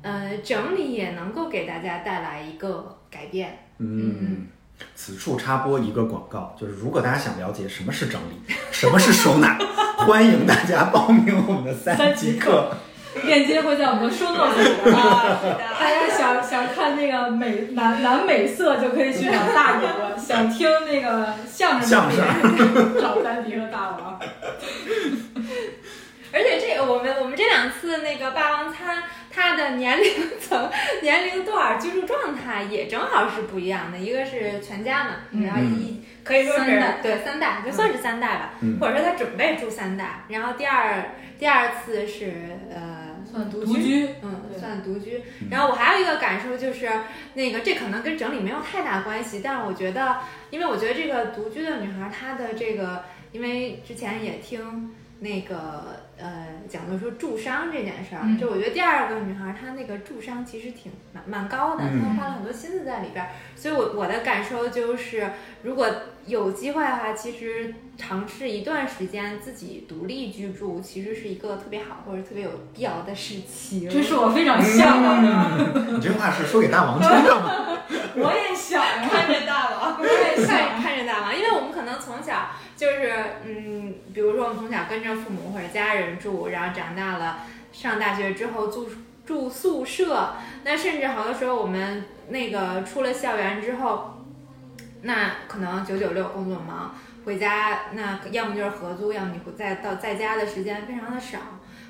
[SPEAKER 3] 呃，整理也能够给大家带来一个改变。
[SPEAKER 2] 嗯。此处插播一个广告，就是如果大家想了解什么是整理，什么是收纳， 欢迎大家报名我们的三级课。
[SPEAKER 1] 链接会在我们的收 notes 里边。
[SPEAKER 3] 啊，是的。
[SPEAKER 1] 大家想想看那个美南南美色，就可以去找大宇；想听那个相声，
[SPEAKER 2] 相声
[SPEAKER 1] 找丹迪和大王。
[SPEAKER 3] 而且这个我们我们这两次那个霸王餐，它的年龄 层、年龄段、居住状态也正好是不一样的，一个是全家嘛，
[SPEAKER 4] 嗯
[SPEAKER 3] 然后一可以说
[SPEAKER 1] 三
[SPEAKER 3] 是
[SPEAKER 1] 代
[SPEAKER 3] 对三代，就算是三代吧，
[SPEAKER 2] 嗯
[SPEAKER 3] 或者说他准备住三代。然后第二第二次是呃
[SPEAKER 1] 算独
[SPEAKER 3] 独
[SPEAKER 1] 居，
[SPEAKER 3] 嗯，
[SPEAKER 1] 对
[SPEAKER 3] 算独居。然后我还有一个感受就是，那个这可能跟整理没有太大关系，但是我觉得，因为我觉得这个独居的女孩她的这个，因为之前也听那个呃讲的说住商这件事儿，
[SPEAKER 4] 嗯
[SPEAKER 3] 就我觉得第二个女孩她那个住商其实挺蛮蛮高的，
[SPEAKER 2] 嗯
[SPEAKER 3] 她花了很多心思在里边儿，所以我我的感受就是，如果有机会的话，其实尝试一段时间自己独立居住，其实是一个特别好或者特别有必要的事情。
[SPEAKER 1] 这是我非常向往 的。
[SPEAKER 2] 你这话是说给大王听的吗？
[SPEAKER 1] 我也想呀，啊
[SPEAKER 3] 看着大王，看看着大王，因为我们可能能从小就是嗯，比如说我们从小跟着父母或者家人住，然后长大了上大学之后住住宿舍，那甚至好多时候我们那个出了校园之后，那可能九九六工作忙，回家那要么就是合租，要么你不在到在家的时间非常的少，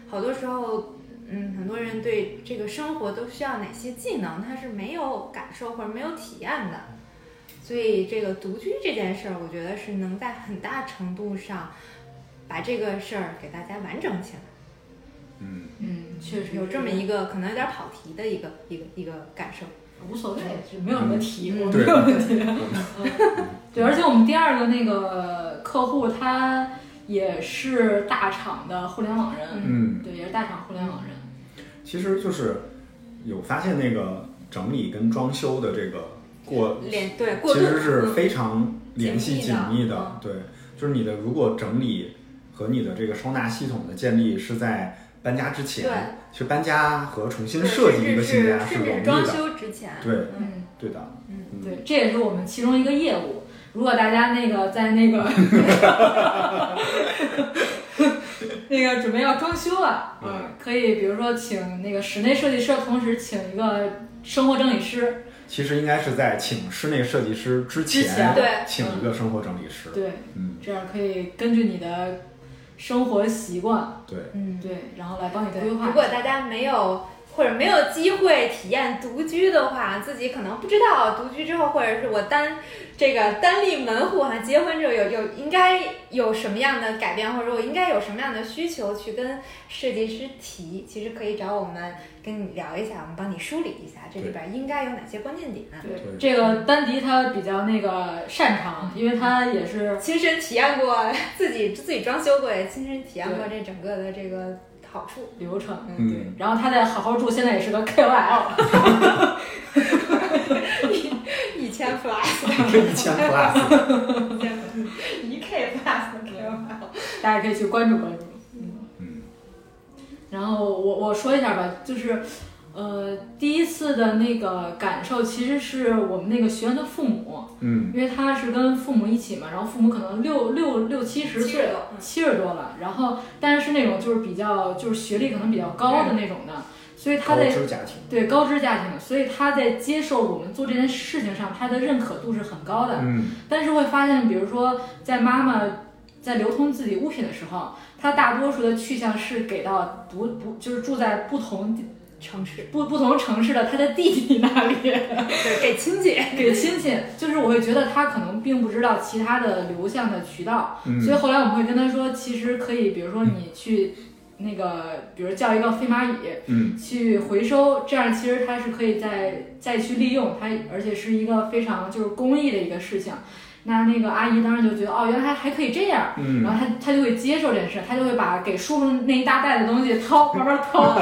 [SPEAKER 3] 好多时候。嗯，很多人对这个生活都需要哪些技能，他是没有感受或者没有体验的。所以这个独居这件事儿，我觉得是能在很大程度上把这个事儿给大家完整起来，
[SPEAKER 2] 嗯，
[SPEAKER 1] 嗯，确实
[SPEAKER 3] 有这么
[SPEAKER 1] 是
[SPEAKER 3] 一个可能有点跑题的一个一个一个感受。
[SPEAKER 1] 无所谓，就没有什么题，
[SPEAKER 3] 嗯
[SPEAKER 1] 我没
[SPEAKER 2] 对
[SPEAKER 1] 有问题。啊
[SPEAKER 2] 嗯
[SPEAKER 1] 对，而且我们第二个那个客户他也是大厂的互联网人，
[SPEAKER 2] 嗯，
[SPEAKER 1] 对，也是大厂互联网人。
[SPEAKER 2] 其实就是有发现那个整理跟装修的这个过，
[SPEAKER 3] 连对过
[SPEAKER 2] 嗯其
[SPEAKER 3] 渡
[SPEAKER 2] 实是
[SPEAKER 3] 嗯
[SPEAKER 2] 非常联系紧
[SPEAKER 3] 紧密的
[SPEAKER 2] 密的。对，就是你的如果整理和你的这个收纳系统的建立是在搬家之
[SPEAKER 3] 对
[SPEAKER 2] 前，其实搬家和重新
[SPEAKER 3] 对
[SPEAKER 2] 设计一
[SPEAKER 3] 甚
[SPEAKER 2] 个
[SPEAKER 3] 至
[SPEAKER 2] 新
[SPEAKER 3] 是
[SPEAKER 2] 家是
[SPEAKER 3] 甚至
[SPEAKER 2] 容
[SPEAKER 3] 是
[SPEAKER 2] 易
[SPEAKER 3] 装
[SPEAKER 2] 的。
[SPEAKER 3] 修之前，
[SPEAKER 2] 对，
[SPEAKER 1] 嗯，
[SPEAKER 2] 对的。嗯
[SPEAKER 1] 对，这也是我们其中一个业务。如果大家那个在那个那个准备要装修啊，
[SPEAKER 2] 嗯，
[SPEAKER 1] 可以比如说请那个室内设计师，同时请一个生活整理师，
[SPEAKER 2] 其实应该是在请室内设计师之
[SPEAKER 1] 之前
[SPEAKER 3] 对
[SPEAKER 2] 请一个生活整理师。
[SPEAKER 1] 对，
[SPEAKER 2] 嗯，
[SPEAKER 1] 这样可以根据你的生活习惯，
[SPEAKER 2] 对，
[SPEAKER 3] 嗯，
[SPEAKER 1] 对，然后来帮你
[SPEAKER 3] 对。
[SPEAKER 1] 规划。
[SPEAKER 3] 如果大家没有或者没有机会体验独居的话，自己可能不知道独居之后，或者是我单这个单立门户哈，结婚之后有有应该有什么样的改变，或者我应该有什么样的需求去跟设计师提，其实可以找我们跟你聊一下，我们帮你梳理一下这里边应该有哪些关键点。啊
[SPEAKER 1] 对
[SPEAKER 2] 对
[SPEAKER 1] 这个丹迪他比较那个擅长，因为他也是
[SPEAKER 3] 亲身体验过自己自己装修过，也亲身体验过这整个的这个好处。
[SPEAKER 1] 流程，
[SPEAKER 3] 嗯
[SPEAKER 2] 嗯，
[SPEAKER 1] 然后他在好好住，现在也是个 KOL，
[SPEAKER 3] 一千 plus，
[SPEAKER 2] 一千 plus。
[SPEAKER 3] 一 k plus 给我。
[SPEAKER 1] 大家可以去关注关注。
[SPEAKER 2] 嗯
[SPEAKER 1] 然后我我说一下吧，就是，呃，第一次的那个感受其实是我们那个学员的父母，
[SPEAKER 2] 嗯
[SPEAKER 1] 因为他是跟父母一起嘛，然后父母可能六六六七十
[SPEAKER 3] 70
[SPEAKER 1] 岁
[SPEAKER 3] 了，嗯
[SPEAKER 1] 七十多了，然后但是那种就是比较就是学历可能比较高的那种的，所以他
[SPEAKER 2] 高
[SPEAKER 1] 在
[SPEAKER 2] 知家庭。
[SPEAKER 1] 对高知家庭，所以他在接受我们做这件事情上，他的认可度是很高的。
[SPEAKER 2] 嗯
[SPEAKER 1] 但是会发现，比如说在妈妈在流通自己物品的时候，她大多数的去向是给到不不就是住在不同地
[SPEAKER 3] 城市，
[SPEAKER 1] 不不同城市的她的弟弟那里，
[SPEAKER 3] 对，给亲戚。
[SPEAKER 1] 给亲戚，就是我会觉得他可能并不知道其他的流向的渠道，所以
[SPEAKER 2] 嗯
[SPEAKER 1] 后来我们会跟他说，其实可以，比如说你去那个，比如叫一个飞蚂蚁，
[SPEAKER 2] 嗯
[SPEAKER 1] 去回收，这样其实它是可以再再去利用它，而且是一个非常就是公益的一个事情。那那个阿姨当时就觉得哦，原来还可以这样，然
[SPEAKER 2] 嗯，
[SPEAKER 1] 后她她就会接受这件事，她就会把给叔叔那一大袋的东西掏，慢慢掏，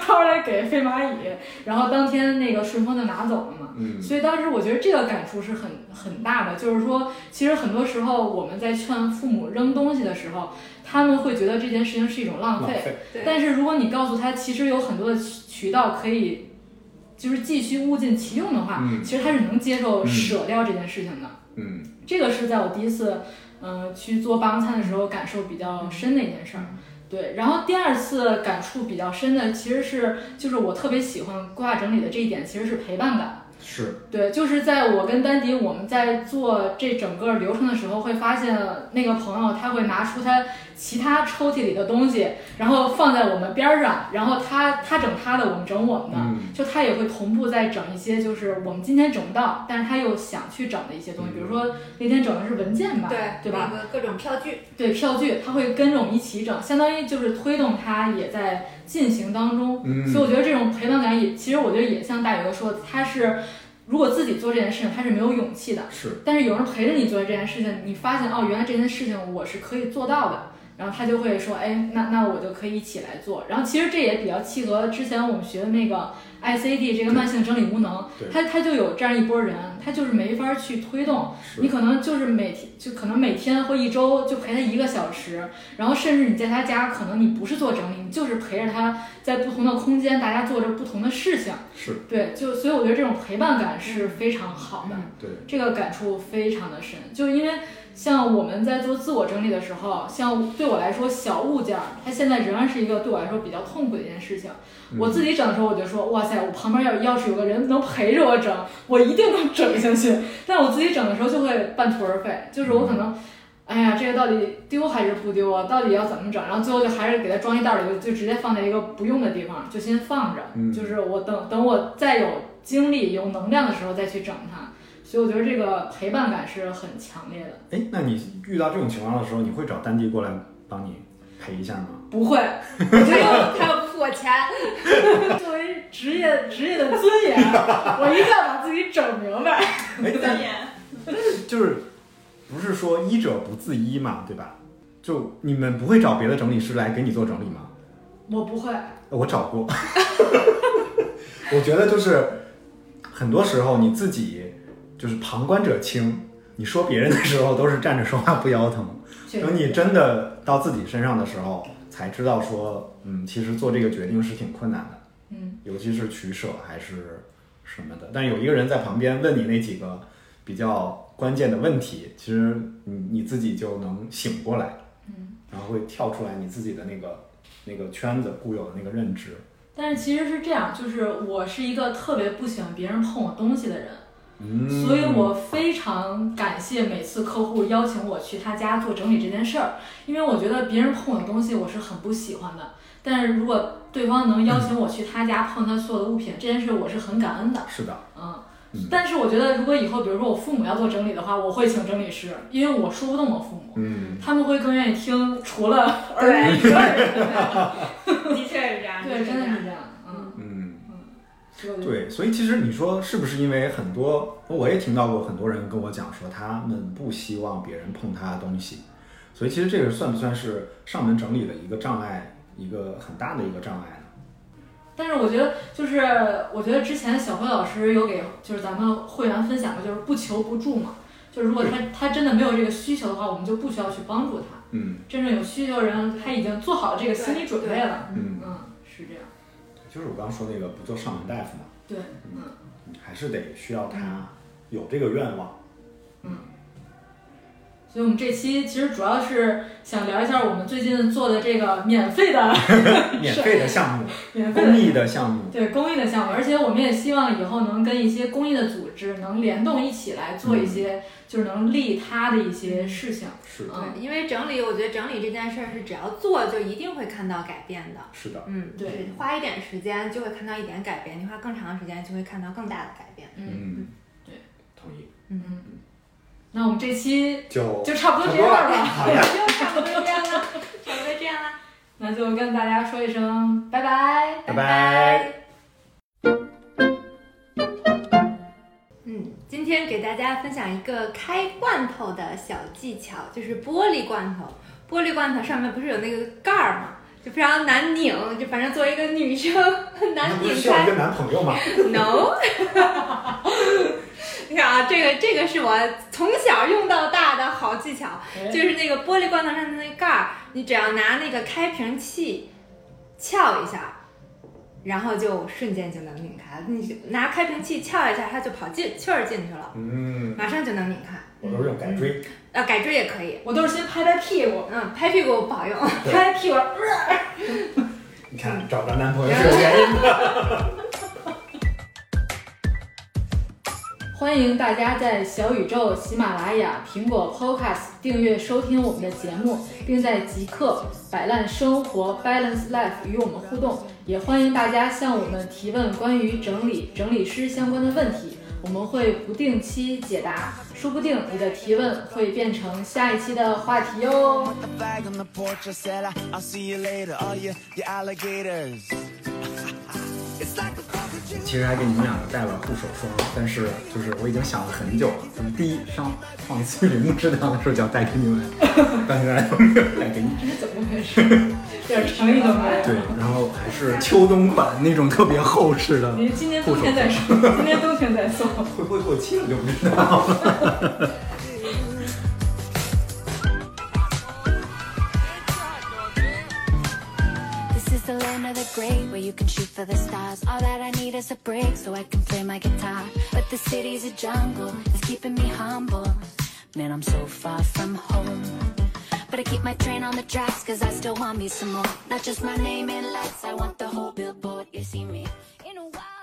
[SPEAKER 1] 掏出来给飞蚂蚁，然后当天那个顺丰就拿走了嘛。
[SPEAKER 2] 嗯
[SPEAKER 1] 所以当时我觉得这个感触是很很大的，就是说，其实很多时候我们在劝父母扔东西的时候，他们会觉得这件事情是一种浪
[SPEAKER 2] 浪
[SPEAKER 1] 费，
[SPEAKER 2] 费。
[SPEAKER 3] 对
[SPEAKER 1] 但是如果你告诉他，其实有很多的渠渠道可以，就是继续物尽其用的话，
[SPEAKER 2] 嗯
[SPEAKER 1] 其实他是能接受
[SPEAKER 2] 嗯
[SPEAKER 1] 舍掉这件事情的。
[SPEAKER 2] 嗯
[SPEAKER 1] 这个是在我第一次，嗯、去做帮餐的时候感受比较深的一件事儿。对，然后第二次感触比较深的其实是，就是我特别喜欢规划整理的这一点，其实是陪伴感。
[SPEAKER 2] 是
[SPEAKER 1] 对，就是在我跟丹迪我们在做这整个流程的时候，会发现那个朋友他会拿出他其他抽屉里的东西，然后放在我们边儿上，然后他他整他的，我们整我们的，
[SPEAKER 2] 嗯
[SPEAKER 1] 就他也会同步在整一些就是我们今天整不到，但是他又想去整的一些东西，比如说那天整的是文件吧，
[SPEAKER 3] 对
[SPEAKER 1] 对吧？？
[SPEAKER 3] 那个各种票据，
[SPEAKER 1] 对票据，他会跟着我们一起整，相当于就是推动他也在进行当中。所以
[SPEAKER 2] 嗯
[SPEAKER 1] 我觉得这种陪伴感也，其实我觉得也像大宇哥说，的，他是如果自己做这件事情，他是没有勇气的。
[SPEAKER 2] 是
[SPEAKER 1] 但是有人陪着你做这件事情，你发现哦，原来这件事情我是可以做到的，然后他就会说，哎，那那我就可以一起来做。然后其实这也比较契合之前我们学的那个 ICD 这个慢性整理无能
[SPEAKER 2] 对，
[SPEAKER 1] 他他就有这样一波人，他就是没法去推动。你
[SPEAKER 2] 是
[SPEAKER 1] 可能就是每天，就可能每天或一周就陪他一个小时，然后甚至你在他家，可能你不是做整理，你就是陪着他在不同的空间，大家做着不同的事情。
[SPEAKER 2] 是，
[SPEAKER 1] 对，就所以我觉得这种陪伴感是非常好的，
[SPEAKER 3] 嗯
[SPEAKER 2] 对
[SPEAKER 1] 这个感触非常的深，就因为
[SPEAKER 4] 像我们在做自我整理的时候，像对我来说，小物件儿它现在仍然是一个对我来说比较痛苦的一件事情。
[SPEAKER 2] 嗯
[SPEAKER 4] 我自己整的时候，我就说，哇塞，我旁边要要是有个人能陪着我整，我一定能整下去。但我自己整的时候就会半途而废，就是我可能，哎呀，这个到底丢还是不丢啊？到底要怎么整？然后最后就还是给它装一袋里，就就直接放在一个不用的地方，就先放着。
[SPEAKER 2] 嗯
[SPEAKER 4] 就是我等等我再有精力、有能量的时候再去整它。所以我觉得这个陪伴感是很强烈的。
[SPEAKER 2] 哎，那你遇到这种情况的时候，你会找丹迪过来帮你陪一下吗？
[SPEAKER 4] 不会，哎
[SPEAKER 3] 他要他要付我 钱，
[SPEAKER 4] 作为职业职业的尊 严，我一定要把自己整明白。
[SPEAKER 2] 哎，但
[SPEAKER 5] 眼。
[SPEAKER 2] 就是不是说医者不自医嘛，对吧？就你们不会找别的整理师来给你做整理吗？
[SPEAKER 4] 我不会，
[SPEAKER 2] 我找过， 我觉得就是很多时候你自己就是旁观者清，你说别人的时候都是站着说话不腰疼，
[SPEAKER 4] 确实
[SPEAKER 2] 等你真的到自己身上的时候，才知道说，嗯，其实做这个决定是挺困难的，
[SPEAKER 4] 嗯，
[SPEAKER 2] 尤其是取舍还是什么的。但有一个人在旁边问你那几个比较关键的问题，其实你你自己就能醒过来，嗯，然后会跳出来你自己的那个那个圈子固有的那个认知，
[SPEAKER 1] 但是其实是这样，就是我是一个特别不喜欢别人碰我东西的人，
[SPEAKER 2] 嗯，
[SPEAKER 1] 所以我非常感谢每次客户邀请我去他家做整理这件事儿，因为我觉得别人碰我的东西我是很不喜欢的。但是如果对方能邀请我去他家碰他所有的物品，这件事我是很感恩的。
[SPEAKER 2] 是的，
[SPEAKER 1] 嗯
[SPEAKER 2] 嗯，
[SPEAKER 1] 但是我觉得如果以后比如说我父母要做整理的话，我会请整理师，因为我说不动我父母，
[SPEAKER 2] 嗯，
[SPEAKER 1] 他们会更愿意听除了
[SPEAKER 3] 对， 的 确是这样，
[SPEAKER 1] 对，真的
[SPEAKER 3] 是
[SPEAKER 1] 啊是这样，嗯，
[SPEAKER 2] 嗯，
[SPEAKER 1] 所以我觉得
[SPEAKER 2] 对，所以其实你说是不是因为很多，我也听到过很多人跟我讲说，他们不希望别人碰他的东西，所以其实这个算不算是上门整理的一个障碍，一个很大的一个障碍呢？
[SPEAKER 1] 但是我觉得，就是我觉得之前小辉老师有给就是咱们会员分享过，就是不求不助嘛。就是如果他他真的没有这个需求的话，我们就不需要去帮助他。
[SPEAKER 2] 嗯
[SPEAKER 1] 真正有需求的人，他已经做好了这个心理准备了。
[SPEAKER 2] 嗯，
[SPEAKER 1] 嗯，是这样。
[SPEAKER 2] 就是我刚说那个不做上门大夫嘛，
[SPEAKER 1] 对，
[SPEAKER 2] 嗯还是得需要他有这个愿望。
[SPEAKER 1] 所以我们这期其实主要是想聊一下我们最近做的这个免费的、
[SPEAKER 2] 免费的项目，
[SPEAKER 1] 免费
[SPEAKER 2] 公
[SPEAKER 1] 的
[SPEAKER 2] 益的项目，
[SPEAKER 1] 对公益的项目，而且我们也希望以后能跟一些公益的组织能联动一起来做一些，就是能利他的一些事情。
[SPEAKER 2] 是的，
[SPEAKER 1] 嗯，
[SPEAKER 3] 对，因为整理，我觉得整理这件事儿是只要做就一定会看到改变的。
[SPEAKER 2] 是的，
[SPEAKER 3] 嗯，
[SPEAKER 1] 对，
[SPEAKER 3] 花一点时间就会看到一点改变，你花更长的时间就会看到更大的改变。
[SPEAKER 2] 嗯，
[SPEAKER 1] 对，
[SPEAKER 2] 同意，
[SPEAKER 1] 那我们这期
[SPEAKER 2] 就
[SPEAKER 1] 就差不多这样吧，
[SPEAKER 2] 好 呀，
[SPEAKER 3] 就差不多这样了，差不多这样了，
[SPEAKER 1] 那就跟大家说一声拜拜。
[SPEAKER 2] 拜
[SPEAKER 3] 拜。嗯，今天给大家分享一个开罐头的小技巧，就是玻璃罐头。玻璃罐头上面不是有那个盖儿吗？就非常难拧，就反正作为一个女生很难
[SPEAKER 2] 那不是
[SPEAKER 3] 拧
[SPEAKER 2] 需要
[SPEAKER 3] 开
[SPEAKER 2] 一。个男 朋友吗？
[SPEAKER 3] No，你看啊，这个这个是我从小用到大的好技巧，就是那个玻璃罐头上的那盖儿，你只要拿那个开瓶器撬一下，然后就瞬间就能拧开了。你拿开瓶器撬一下，它就跑进气儿进去了，
[SPEAKER 2] 嗯，
[SPEAKER 3] 马上就能拧开。
[SPEAKER 2] 我都是用改锥，
[SPEAKER 3] 呃，改锥也可以，
[SPEAKER 1] 我都是先拍拍屁股，
[SPEAKER 3] 嗯，拍屁股不好用。
[SPEAKER 1] 拍拍屁股，
[SPEAKER 2] 你看找着男朋友是有原因的。
[SPEAKER 4] 欢迎大家在小宇宙、喜马拉雅、苹果 Podcast 订阅收听我们的节目，并在极客摆烂生活 Balance Life 与我们互动。也欢迎大家向我们提问关于整理、整理师相关的问题，我们会不定期解答，说不定你的提问会变成下一期的话题哟、
[SPEAKER 6] the flag on the porch. I said, I- I'll see you later. Oh, yeah, you alligators. it's like a
[SPEAKER 2] 其实还给你们两个带了护手霜，但是就是我已经想了很久了。就是第一，上上一次铃木质量的时候就要带给你们，但是还没有带给你。
[SPEAKER 1] 点诚意都没有。
[SPEAKER 2] 对，然后还是秋冬款那种特别厚实的，
[SPEAKER 1] 你今年冬天再说，今年冬天再送。
[SPEAKER 2] 会不会过期了就不知道了。
[SPEAKER 7] This is the land of the great where you can shoot for the stars. All that I need is a break so I can play my guitar. But the city's a jungle, it's keeping me humble. Man, I'm so far from home. But I keep my train on the tracks, cause I still want me some more. Not just my name and lights, I want the whole billboard. You see me in a while.